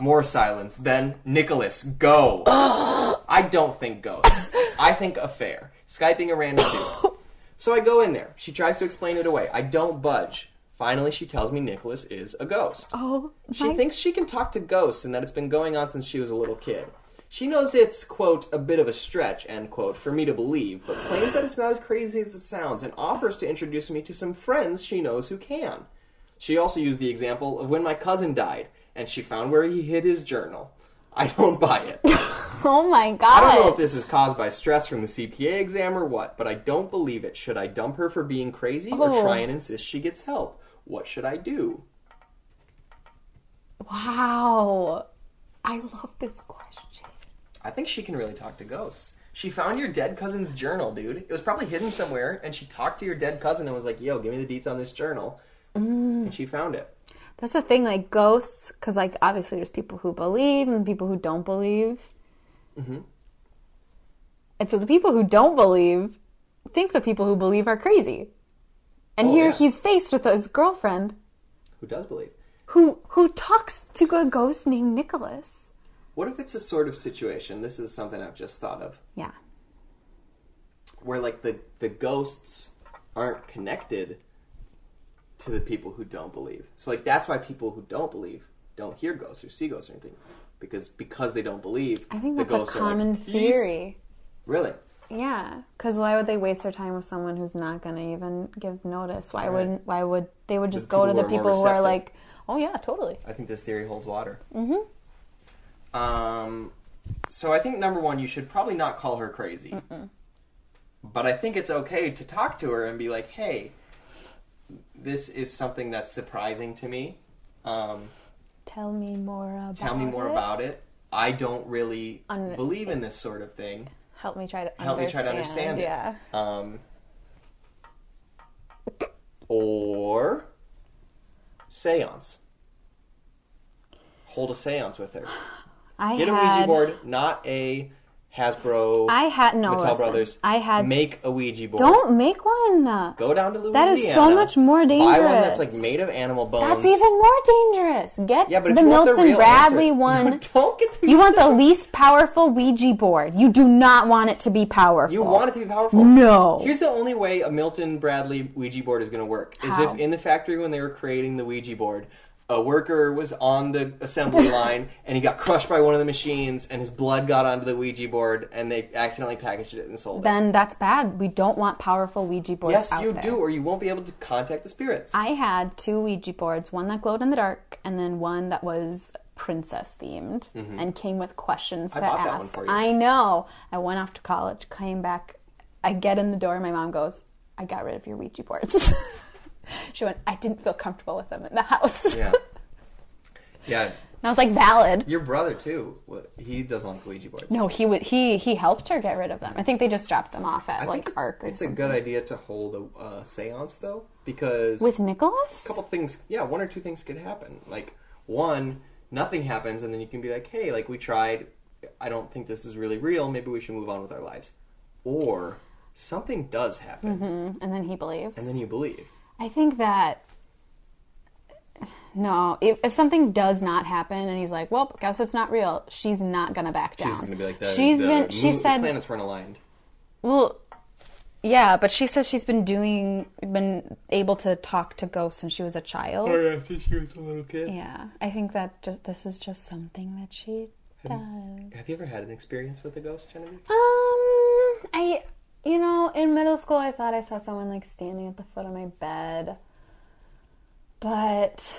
More silence. Then, Nicholas, go. I don't think ghosts. I think affair. Skyping a random dude. So I go in there. She tries to explain it away. I don't budge. Finally, she tells me Nicholas is a ghost.
Oh,
She thinks she can talk to ghosts and that it's been going on since she was a little kid. She knows it's, quote, a bit of a stretch, end quote, for me to believe, but claims that it's not as crazy as it sounds and offers to introduce me to some friends she knows who can. She also used the example of when my cousin died and she found where he hid his journal. I don't buy it.
oh my
I don't know
god.
if this is caused by stress from the CPA exam or what, but I don't believe it. Should I dump her for being crazy
Oh.
or try and insist she gets help? What should I do?
Wow. I love this question.
I think she can really talk to ghosts. She found your dead cousin's journal, dude. It was probably hidden
Mm.
somewhere, and she talked to your dead cousin and was like, "Yo, give me the deets on this journal," and she found it.
That's the thing, like ghosts, because like obviously there's people who believe and people who don't believe.
Mm-hmm.
And so the people who don't believe think the people who believe are crazy. And
Oh,
here
yeah.
he's faced with his girlfriend
Who does believe?
who who talks to a ghost named Nicholas.
What if it's a sort of situation? This is something I've just thought of,
Yeah.
where like the the ghosts aren't connected to the people who don't believe. So like that's why people who don't believe don't hear ghosts or see ghosts or anything, because because they don't believe.
I think
the
that's a
ghosts are like,
common
"He's-"
theory.
Really?
Yeah, because why would they waste their time with someone who's not going to even give notice? Why
Right.
wouldn't? Why would they would just
The
go to
people
the
who are more
people who are
receptive.
like, oh yeah, totally.
I think this theory holds water. Mm-hmm. Um, so I think number one, you should probably not call her crazy, but I think it's okay to talk to her and be like, "Hey, this is something that's surprising to me. Um,
Tell me more about.
tell me more
it.
about it. I don't really
Un-
believe in this sort of thing.
Help me try to
Help me try to understand it.
Yeah,
Um, or seance. Hold a seance with her."
I
Get a
had.
Ouija board, not a Hasbro.
I had no.
Mattel
listen,
Brothers.
I had.
Make a Ouija board.
Don't make one.
go down to Louisiana.
That is so much more
Buy one that's like
dangerous.
made of animal bones.
That's even more dangerous. Get
yeah, but if
the
you want
Milton
real
Bradley
answers- (laughs)
one.
Don't get the.
You want the least powerful Ouija board. You do not want it to be powerful.
You want it to be powerful.
No.
Here's the only way a Milton Bradley Ouija board is going to work: is
How?
if in the factory when they were creating the Ouija board. A worker was on the
(laughs)
assembly line and he got crushed by one of the machines and his blood got onto the Ouija board and they accidentally packaged it and sold it.
then that's bad. We don't want powerful Ouija boards
Yes,
out
you
there.
do, or you won't be able to contact the spirits.
I had two Ouija boards, one that glowed in the dark, and then one that was princess themed and came with questions to
Mm-hmm. bought
ask.
that one for you.
I know. I went off to college, came back. I get in the door, my mom goes, I got rid of your Ouija boards. (laughs) she went, I didn't feel comfortable with them in the house.
Yeah. Yeah.
(laughs) And I was like, valid.
Your brother too. wha- He doesn't like Ouija boards.
No, he would he he helped her get rid of them. I think they just dropped them off at
I
like
think
Arc or
It's
something.
a good idea to hold a uh, séance though, because
With Nicholas?
a couple things, yeah, one or two things could happen. Like one, nothing happens, and then you can be like, "Hey, like we tried. I don't think this is really real. Maybe we should move on with our lives." Or something does happen,
Mm, And then he believes.
and then you believe.
I think that no, if, if something does not happen and he's like, "Well, guess it's not real," she's not gonna back down.
She's gonna be like that.
She's
the
been. She
moon- the
said,
planets weren't aligned.
"Well, yeah," but she says she's been doing, been able to talk to ghosts since she was a child.
yeah, I think she was a little kid.
Yeah, I think that ju- this is just something that she does.
Have you ever had an experience with a ghost, Genevieve?
Um, I, you know, in middle school, I thought I saw someone like standing at the foot of my bed. But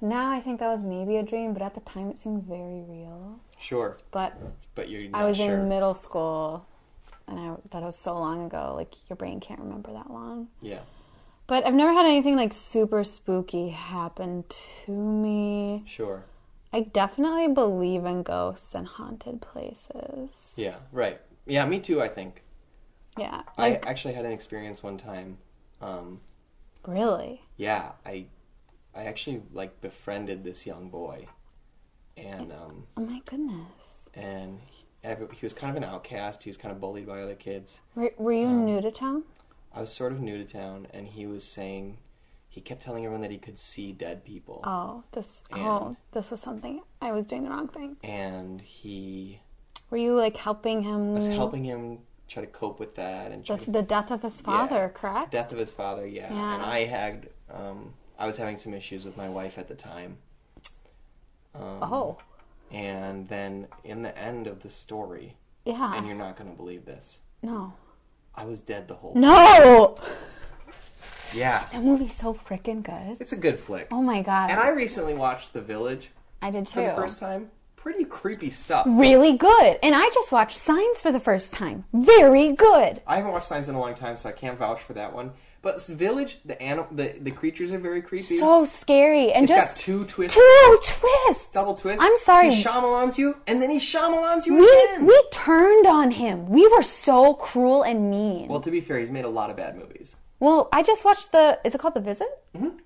now I think that was maybe a dream, but at the time it seemed very real.
Sure,
But
but you're not
I was
sure.
in middle school and I that was so long ago, like your brain can't remember that long.
yeah.
But I've never had anything like super spooky happen to me.
Sure.
I definitely believe in ghosts and haunted places.
Yeah. Right. Yeah. Me too. I think
Yeah.
I
Like
actually had an experience one time. Um,
really.
yeah. I I actually like befriended this young boy, and um,
Oh my goodness.
and he, every- he was kind of an outcast. He was kind of bullied by other kids.
Were, were you
Um,
new to town?
I was sort of new to town, and he was saying he kept telling everyone that he could see dead people.
Oh, this
Yeah.
oh, this was something I was doing the wrong thing.
And he
Were you like helping him
was helping him try to cope with that and try
the,
to
the death of his father, correct?
death of his father yeah,
Yeah.
and i had um i was having some issues with my wife at the time
oh,
and then in the end of the story and
yeah.
you're not gonna believe this
No.
i was dead the whole
No.
yeah
That movie's so freaking good.
it's a good flick
Oh my god.
and i recently watched the village
I did
for
too.
the first time pretty creepy stuff
really good. And I just watched Signs for the first time. Very good.
i haven't watched signs in a long time so i can't vouch for that one but s- village the animal the, the creatures are very creepy
So scary and
It's
just
got two twists
two twists.
double twist
I'm sorry.
he Shyamalan's you and then he Shyamalan's you
we
again
we turned on him. We were so cruel and mean.
well to be fair he's made a lot of bad movies
Well, I just watched the. Is it called The Visit? Mm-hmm.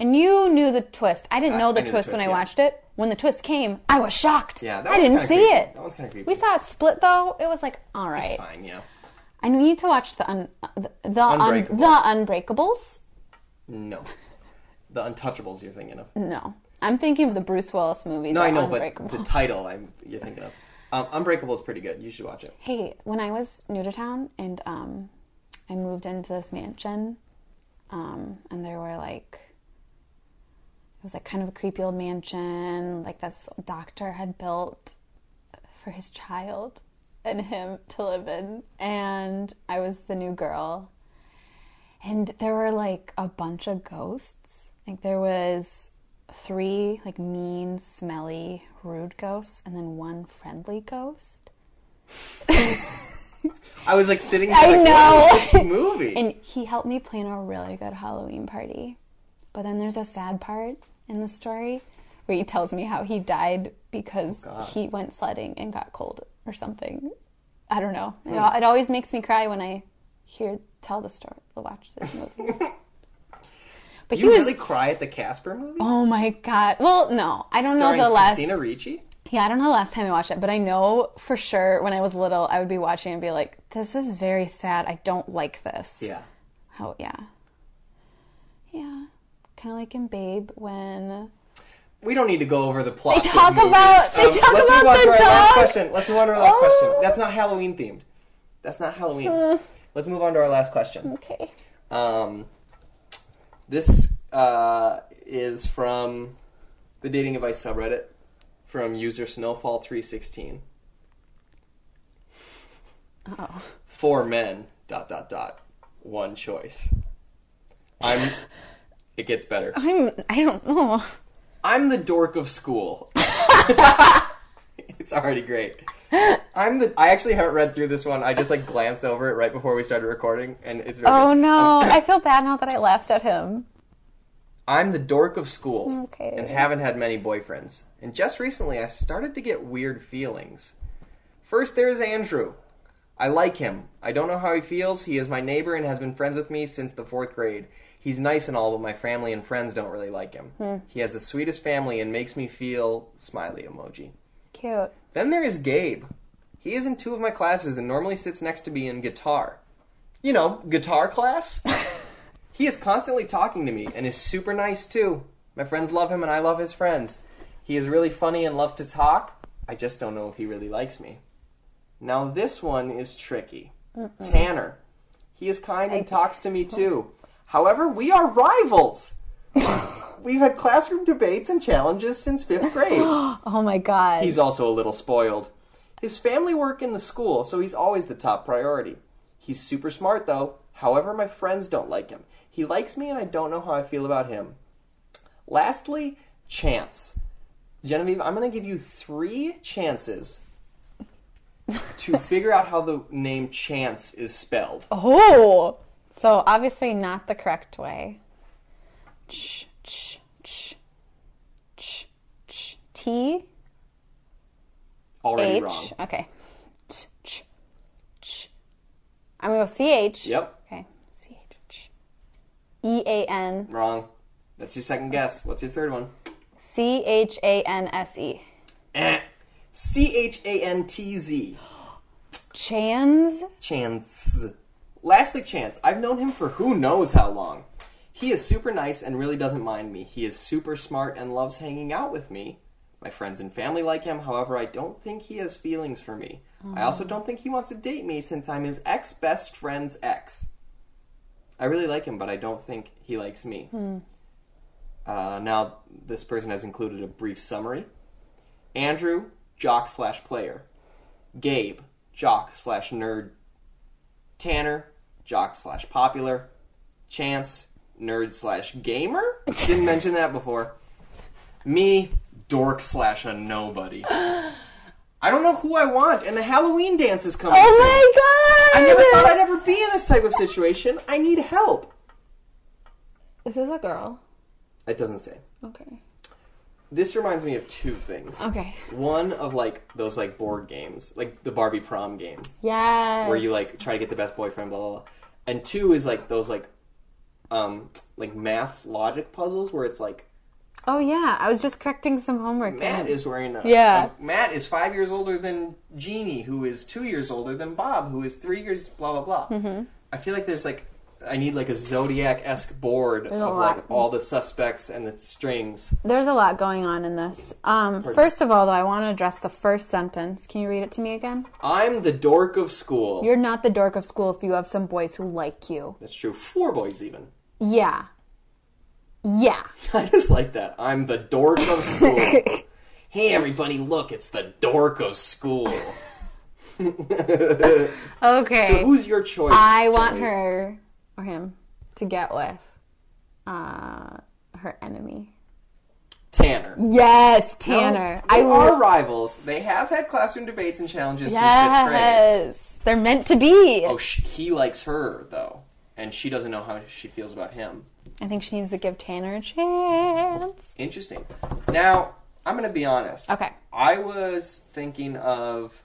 And you knew the twist. I didn't
I-
know
I
the
knew the
twist when
twist,
I
yeah.
watched it. When the twist came, I was shocked.
Yeah, that
I
one's
didn't
kinda
see
creepy.
it.
That one's kinda creepy.
We saw it split though. It was like, all
It's
right.
fine, yeah.
I need to watch the un- the the, un-
Unbreakable.
the Unbreakables.
No. The Untouchables you're thinking of.
No, I'm thinking of the Bruce Willis movie.
No,
the
I know,
Unbreakable.
but the title I'm you're thinking of. Um, Unbreakable is pretty good. You should watch it.
Hey, when I was new to town and um, I moved into this mansion, um, and there were like, it was like kind of a creepy old mansion, like this doctor had built for his child and him to live in. And I was the new girl. And there were like a bunch of ghosts. Like there was three like mean, smelly, rude ghosts and then one friendly ghost.
I was like sitting.
I
back,
know.
What is this movie.
(laughs) And he helped me plan a really good Halloween party. But then there's a sad part in the story where he tells me how he died because
Oh, God.
he went sledding and got cold or something. I don't know.
Hmm.
It, al- it always makes me cry when I hear tell the story, watch
(laughs)
this movie.
you
but he was
really cry at the Casper movie?
oh my god. Well, no, I don't
Starring
know the last.
Christina Ricci.
Yeah, I don't know the last time I watched it, but I know for sure when I was little, I would be watching and be like, "This is very sad. I don't like this."
Yeah.
How? Yeah. Yeah. Kind of like in Babe when.
We don't need to go over the plot.
They talk about- they talk
let's
about
move on
the
to our
dog.
Last question. Let's move on to our last
Oh.
question. That's not Halloween themed. That's not Halloween. let's move on to our last question.
Okay.
Um, this uh, is from the dating advice subreddit from user Snowfall316.
Oh.
Four men. Dot dot dot. One choice.
(laughs)
I'm. it gets better.
I'm. I don't know.
I'm the dork of
(laughs)
school. it's already great. I'm the. I actually haven't read through this one. I just like glanced over it right before we started recording, and it's. Really
Oh
good.
no! I feel bad now that I laughed at him.
I'm the dork of school
Okay.
and haven't had many boyfriends. And just recently, I started to get weird feelings. First, there's Andrew. I like him. I don't know how he feels. He is my neighbor and has been friends with me since the fourth grade. He's nice and all, but my family and friends don't really like him. He has the sweetest family and makes me feel smiley emoji.
Cute.
Then there is Gabe. He is in two of my classes and normally sits next to me in guitar. You know, guitar class? he is constantly talking to me and is super nice too. My friends love him and I love his friends. He is really funny and loves to talk. I just don't know if he really likes me. Now this one is tricky. Tanner. He is kind and talks to me too. However, we are rivals. We've had classroom debates and challenges since 5th grade. (gasps)
Oh my god.
He's also a little spoiled. His family work in the school, so he's always the top priority. He's super smart, though. However, my friends don't like him. He likes me, and I don't know how I feel about him. Lastly, chance. Genevieve, I'm going to give you three chances to figure out how the name chance is spelled.
oh. So obviously not the correct way. Ch ch ch ch ch t
Already
H.
wrong.
Okay. Ch, ch, ch. I'm gonna go C H.
Yep,
Okay. C H. ch. E A N
wrong. That's your second guess. What's your third one?
C H A N S E.
Eh. (clears throat) C H A N T Z.
Chans.
Chance. Lastly, Chance. I've known him for who knows how long. He is super nice and really doesn't mind me. He is super smart and loves hanging out with me. My friends and family like him, however, I don't think he has feelings for me. I also don't think he wants to date me since I'm his ex best friend's ex. I really like him, but I don't think he likes me. Uh, now, this person has included a brief summary Andrew, jock slash player. Gabe, jock slash nerd. Tanner, jock slash popular. Chance, nerd slash gamer. Didn't mention that before. Me, dork slash a nobody. I don't know who I want, and the Halloween dance is coming soon.
Oh my god!
I never thought I'd ever be in this type of situation. I need help.
Is this a girl?
It doesn't say.
Okay.
This reminds me of two things.
Okay.
One of like those like board games, like the Barbie prom game,
Yes.
where you like try to get the best boyfriend, blah blah blah. And two is like those like um, like math logic puzzles where it's like
Oh yeah, I was just correcting some homework.
Matt
and-
is wearing a
Yeah.
um, Matt is five years older than Jeannie, who is two years older than Bob, who is three years blah blah blah.
Mm-hmm.
I feel like there's like I need like a zodiac esque board
a
of
lot.
like all the suspects and the strings.
There's a lot going on in this. Um, first of all, though, I want to address the first sentence. Can you read it to me again?
I'm the dork of school.
You're not the dork of school if you have some boys who like you.
That's true. Four boys even. (laughs)
Yeah. Yeah.
I just like that. I'm the dork of
(laughs)
school. hey everybody, look, it's the dork of school.
Okay.
Who's your choice?
I want
Joey?
her or him to get with uh, her enemy.
Tanner.
Yes, Tanner.
They
I
are
love.
rivals. They have had classroom debates and challenges since fifth grade.
Yes, they're meant to be.
Oh, sh he likes her though, and she doesn't know how she feels about him.
I think she needs to give Tanner a chance.
Interesting. Now, I'm gonna be honest.
Okay,
I was thinking of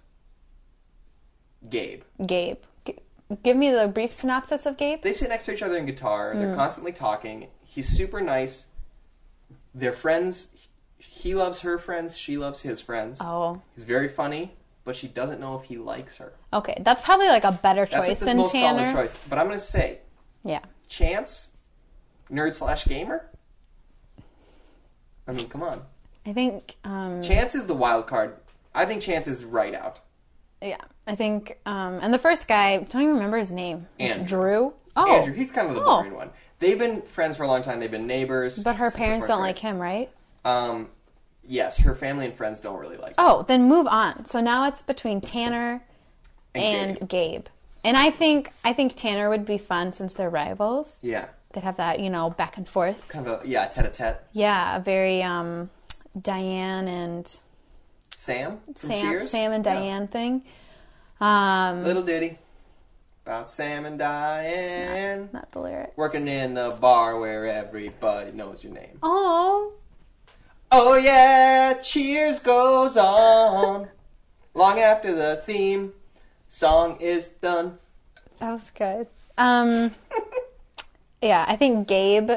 Gabe.
Gabe. G- give me the brief synopsis of Gabe.
They sit next to each other in guitar. They're constantly talking. He's super nice. They're friends. He loves her friends. She loves his friends.
Oh,
He's very funny, but she doesn't know if he likes her.
okay. That's probably like a better
That's like
choice
the
than
most
Tanner.
solid choice. But I'm gonna say
Yeah.
Chance, nerd slash gamer. I mean, come on.
I think. Um,
Chance is the wild card. I think Chance is right out.
yeah, I think. Um, and the first guy, don't even remember his name.
Andrew.
Drew. Oh,
Andrew, he's kind of the
Oh.
boring one. They've been friends for a long time. They've been neighbors.
but her
since the
parents
fourth
don't
grade.
like him, right?
Um, yes, her family and friends don't really like. him.
Oh, then move on. So now it's between Tanner
And
and Gabe. And I think I think Tanner would be fun since they're rivals.
Yeah,
They'd have that, you know, back and forth.
kind of a yeah tete a tete.
Yeah, a very um Diane and
Sam from
Sam
Cheers.
Sam and
Yeah.
Diane thing. Um
Little ditty about Sam and Diane
not the lyric.
working in the bar where everybody knows your name.
Oh
Oh yeah, cheers goes
(laughs)
on. Long after the theme song is done.
that was good.
(laughs)
Um Yeah, I think Gabe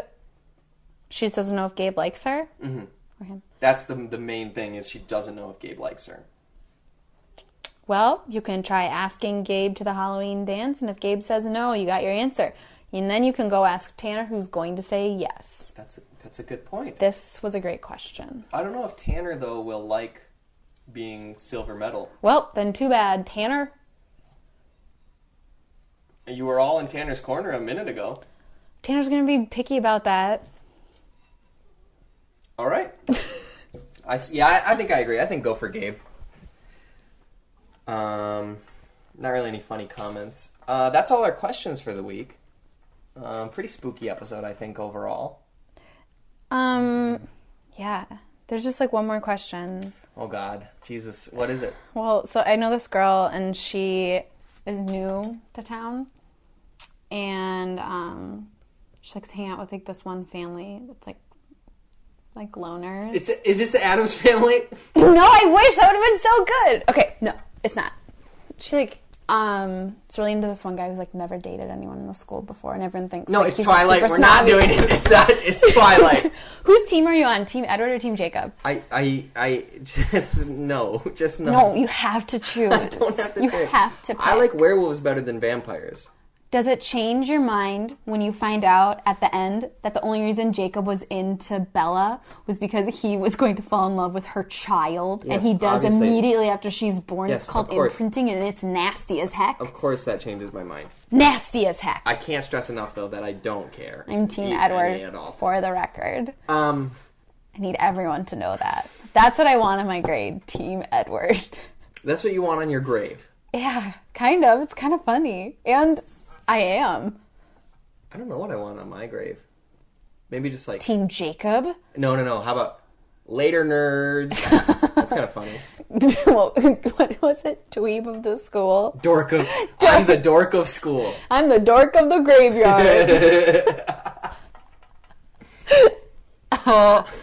she doesn't know if Gabe likes her. Mm-hmm. Or him.
That's the the main thing is she doesn't know if Gabe likes her.
Well, you can try asking Gabe to the Halloween dance, and if Gabe says no, you got your answer. And then you can go ask Tanner, who's going to say yes.
That's a, that's a good point.
This was a great question.
I don't know if Tanner though will like being silver medal.
Well, then too bad, Tanner.
You were all in Tanner's corner a minute ago.
Tanner's going to be picky about that.
All
(laughs)
right. I s- yeah, I, I think I agree. I think go for Gabe. Um, not really any funny comments. Uh, that's all our questions for the week. Um, pretty spooky episode, I think overall.
Um, yeah. There's just like one more question.
Oh God, Jesus, what is it?
Well, so I know this girl, and she is new to town, and um, she likes to hang out with like this one family that's like like loners.
It's is this Adam's
(laughs)
family?
No, I wish that would have been so good. Okay, no, it's not. She like um is really into this one guy who's like never dated anyone in the school before, and everyone thinks
No,
like,
it's
he's
Twilight.
super
We're not
snobby.
doing it. (laughs) It's not. It's
(laughs)
Twilight.
Whose team are you on? Team Edward or Team Jacob?
I I I just no, (laughs) just no.
No, you have to choose.
(laughs) I don't have to
you
pick.
have to. Pick.
I like werewolves better than vampires.
Does it change your mind when you find out at the end that the only reason Jacob was into Bella was because he was going to fall in love with her child,
Yes,
and he does
obviously.
immediately after she's born?
Yes,
it's
of
called
course.
imprinting, and it's nasty as heck.
Of course, that changes my mind.
Nasty as heck.
I can't stress enough though that I don't care.
I'm Team
Yeah,
Edward
at all.
for the record.
Um,
I need everyone to know that. That's what I want on my grade, Team Edward. (laughs)
that's what you want on your grave.
yeah, kind of. It's kind of funny. And I am.
I don't know what I want on my grave. Maybe just like
Team Jacob? (laughs)
no, no, no. How about later, nerds? that's kind of funny.
Well, (laughs) what was it? Dweeb of the school?
Dork
(laughs)
of I'm the dork of school.
I'm the dork of the graveyard.
(laughs)
oh, (laughs)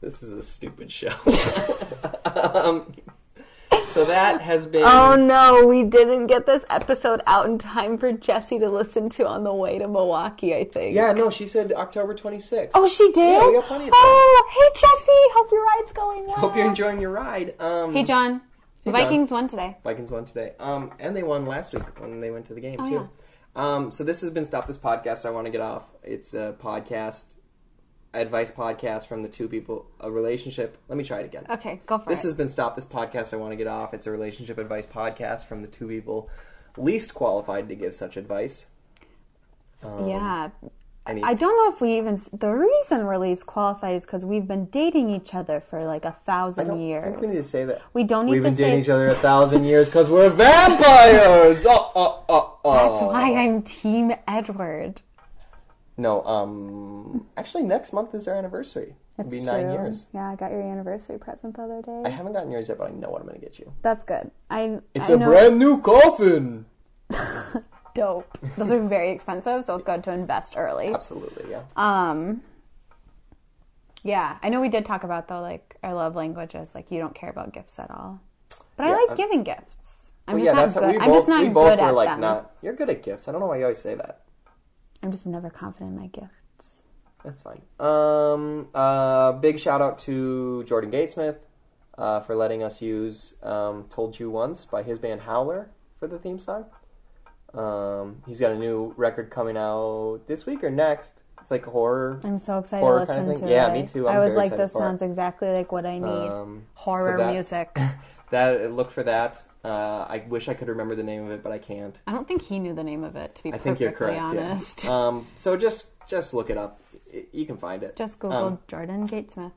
This is a stupid show. um, So that has been.
Oh no, we didn't get this episode out in time for Jesse to listen to on the way to Milwaukee, I think.
Yeah, no, she said October 26th.
Oh, she did?
Yeah, we got plenty of time.
Oh, hey, Jesse. Hope your ride's going well.
Hope you're enjoying your ride. Um,
Hey, John. The
John.
Vikings won today.
Vikings won today. Um, and they won last week when they went to the game
Oh,
too. Um, so this has been Stop This Podcast. I want to get off. It's a podcast, advice podcast from the two people, a relationship. Let me try it again.
Okay, go for
This
it.
has been Stop This Podcast. I want to get off. It's a relationship advice podcast from the two people least qualified to give such advice.
yeah.
Any,
Um, I don't know if we even. The reason we're least qualified is because we've been dating each other for like a
I don't
thousand
think we need to
years.
say that.
We don't need
We've
to
been dating
say
each other a thousand years because we're (laughs) vampires. Oh, oh, oh, oh.
that's why I'm Team Edward.
No, um, actually, next month is our anniversary. It'll be nine
true.
years.
Yeah, I got your anniversary present the other
I
day.
haven't gotten yours yet, but I know what I'm gonna get you.
That's good. I
It's
I
a
know
brand new coffin.
dope. Those are
(laughs)
very expensive, so it's good to invest early.
Absolutely, yeah.
Um Yeah, I know we did talk about though like our love languages, like you don't care about gifts at all. But I
Yeah,
like
I'm-
giving gifts. I'm
Well,
just
yeah,
not
that's
good.
how we
I'm
both,
just not
we both
good
were
at
like
them.
not. You're good at gifts. I don't know why you always say that.
I'm just never confident in my gifts.
That's fine. Um, uh, big shout out to Jordan Gatesmith uh, for letting us use um, "Told You Once" by his band Howler for the theme song. Um, he's got a new record coming out this week or next. It's like horror.
I'm so excited
Horror
to listen
kind of thing?
to
Yeah,
it.
me too. I'm
I was
very
like,
excited
this
for it.
sounds exactly like what I need.
Um, so
Horror
that- (laughs)
music.
That look for that. Uh, I wish I could remember the name of it, but I can't.
I don't think he knew the name of it, to be
I
perfectly
think you're correct. yeah.
honest.
(laughs) Um, so just just look it up. Y- You can find it.
(laughs) Just Google
Um,
Jordan Gatesmith.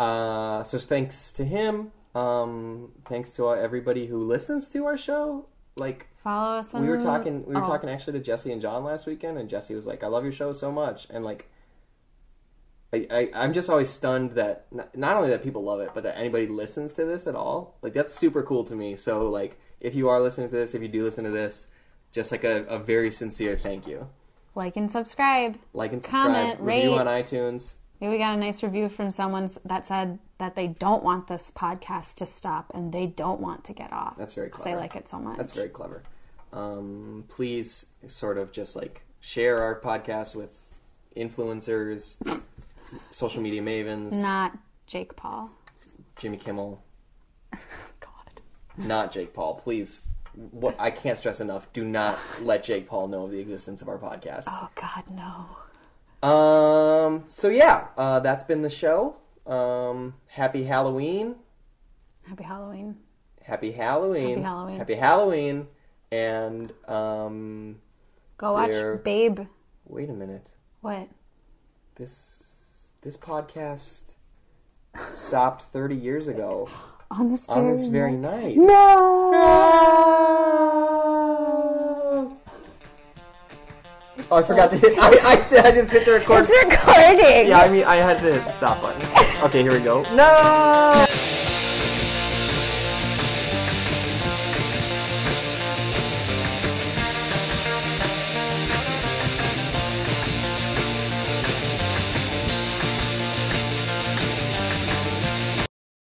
Uh, so thanks to him. Um, thanks to everybody who listens to our show. Like
Follow us on
we were talking, we were
Oh.
talking actually to Jesse and John last weekend, and Jesse was like, "I love your show so much," and like. I, I, I'm just always stunned that not, not only that people love it, but that anybody listens to this at all. Like that's super cool to me. So like, if you are listening to this, if you do listen to this, just like a, a very sincere thank you.
Like and subscribe.
Like and subscribe,
Comment,
review
rate.
on iTunes.
Maybe we got a nice review from someone s- that said that they don't want this podcast to stop and they don't want to get off.
That's very
because they
clever.
like it so much.
That's very clever. Um, please sort of just like share our podcast with influencers, social media mavens,
not Jake Paul.
Jimmy Kimmel,
God,
not Jake Paul. Please, what I can't stress enough, do not let Jake Paul know of the existence of our podcast.
oh God, no.
Um, so yeah, uh, that's been the show. Um, happy Halloween.
Happy Halloween.
Happy Halloween.
Happy Halloween.
Happy Halloween. And um,
Go watch
Dear-
Babe.
wait a minute.
What?
this this podcast stopped 30 years ago
On this
on
very
this very night.
No.
Oh, I forgot to hit. I, I, said- I just hit the record.
It's recording.
Yeah, I mean, I had to hit the stop button. Okay, here we go. No.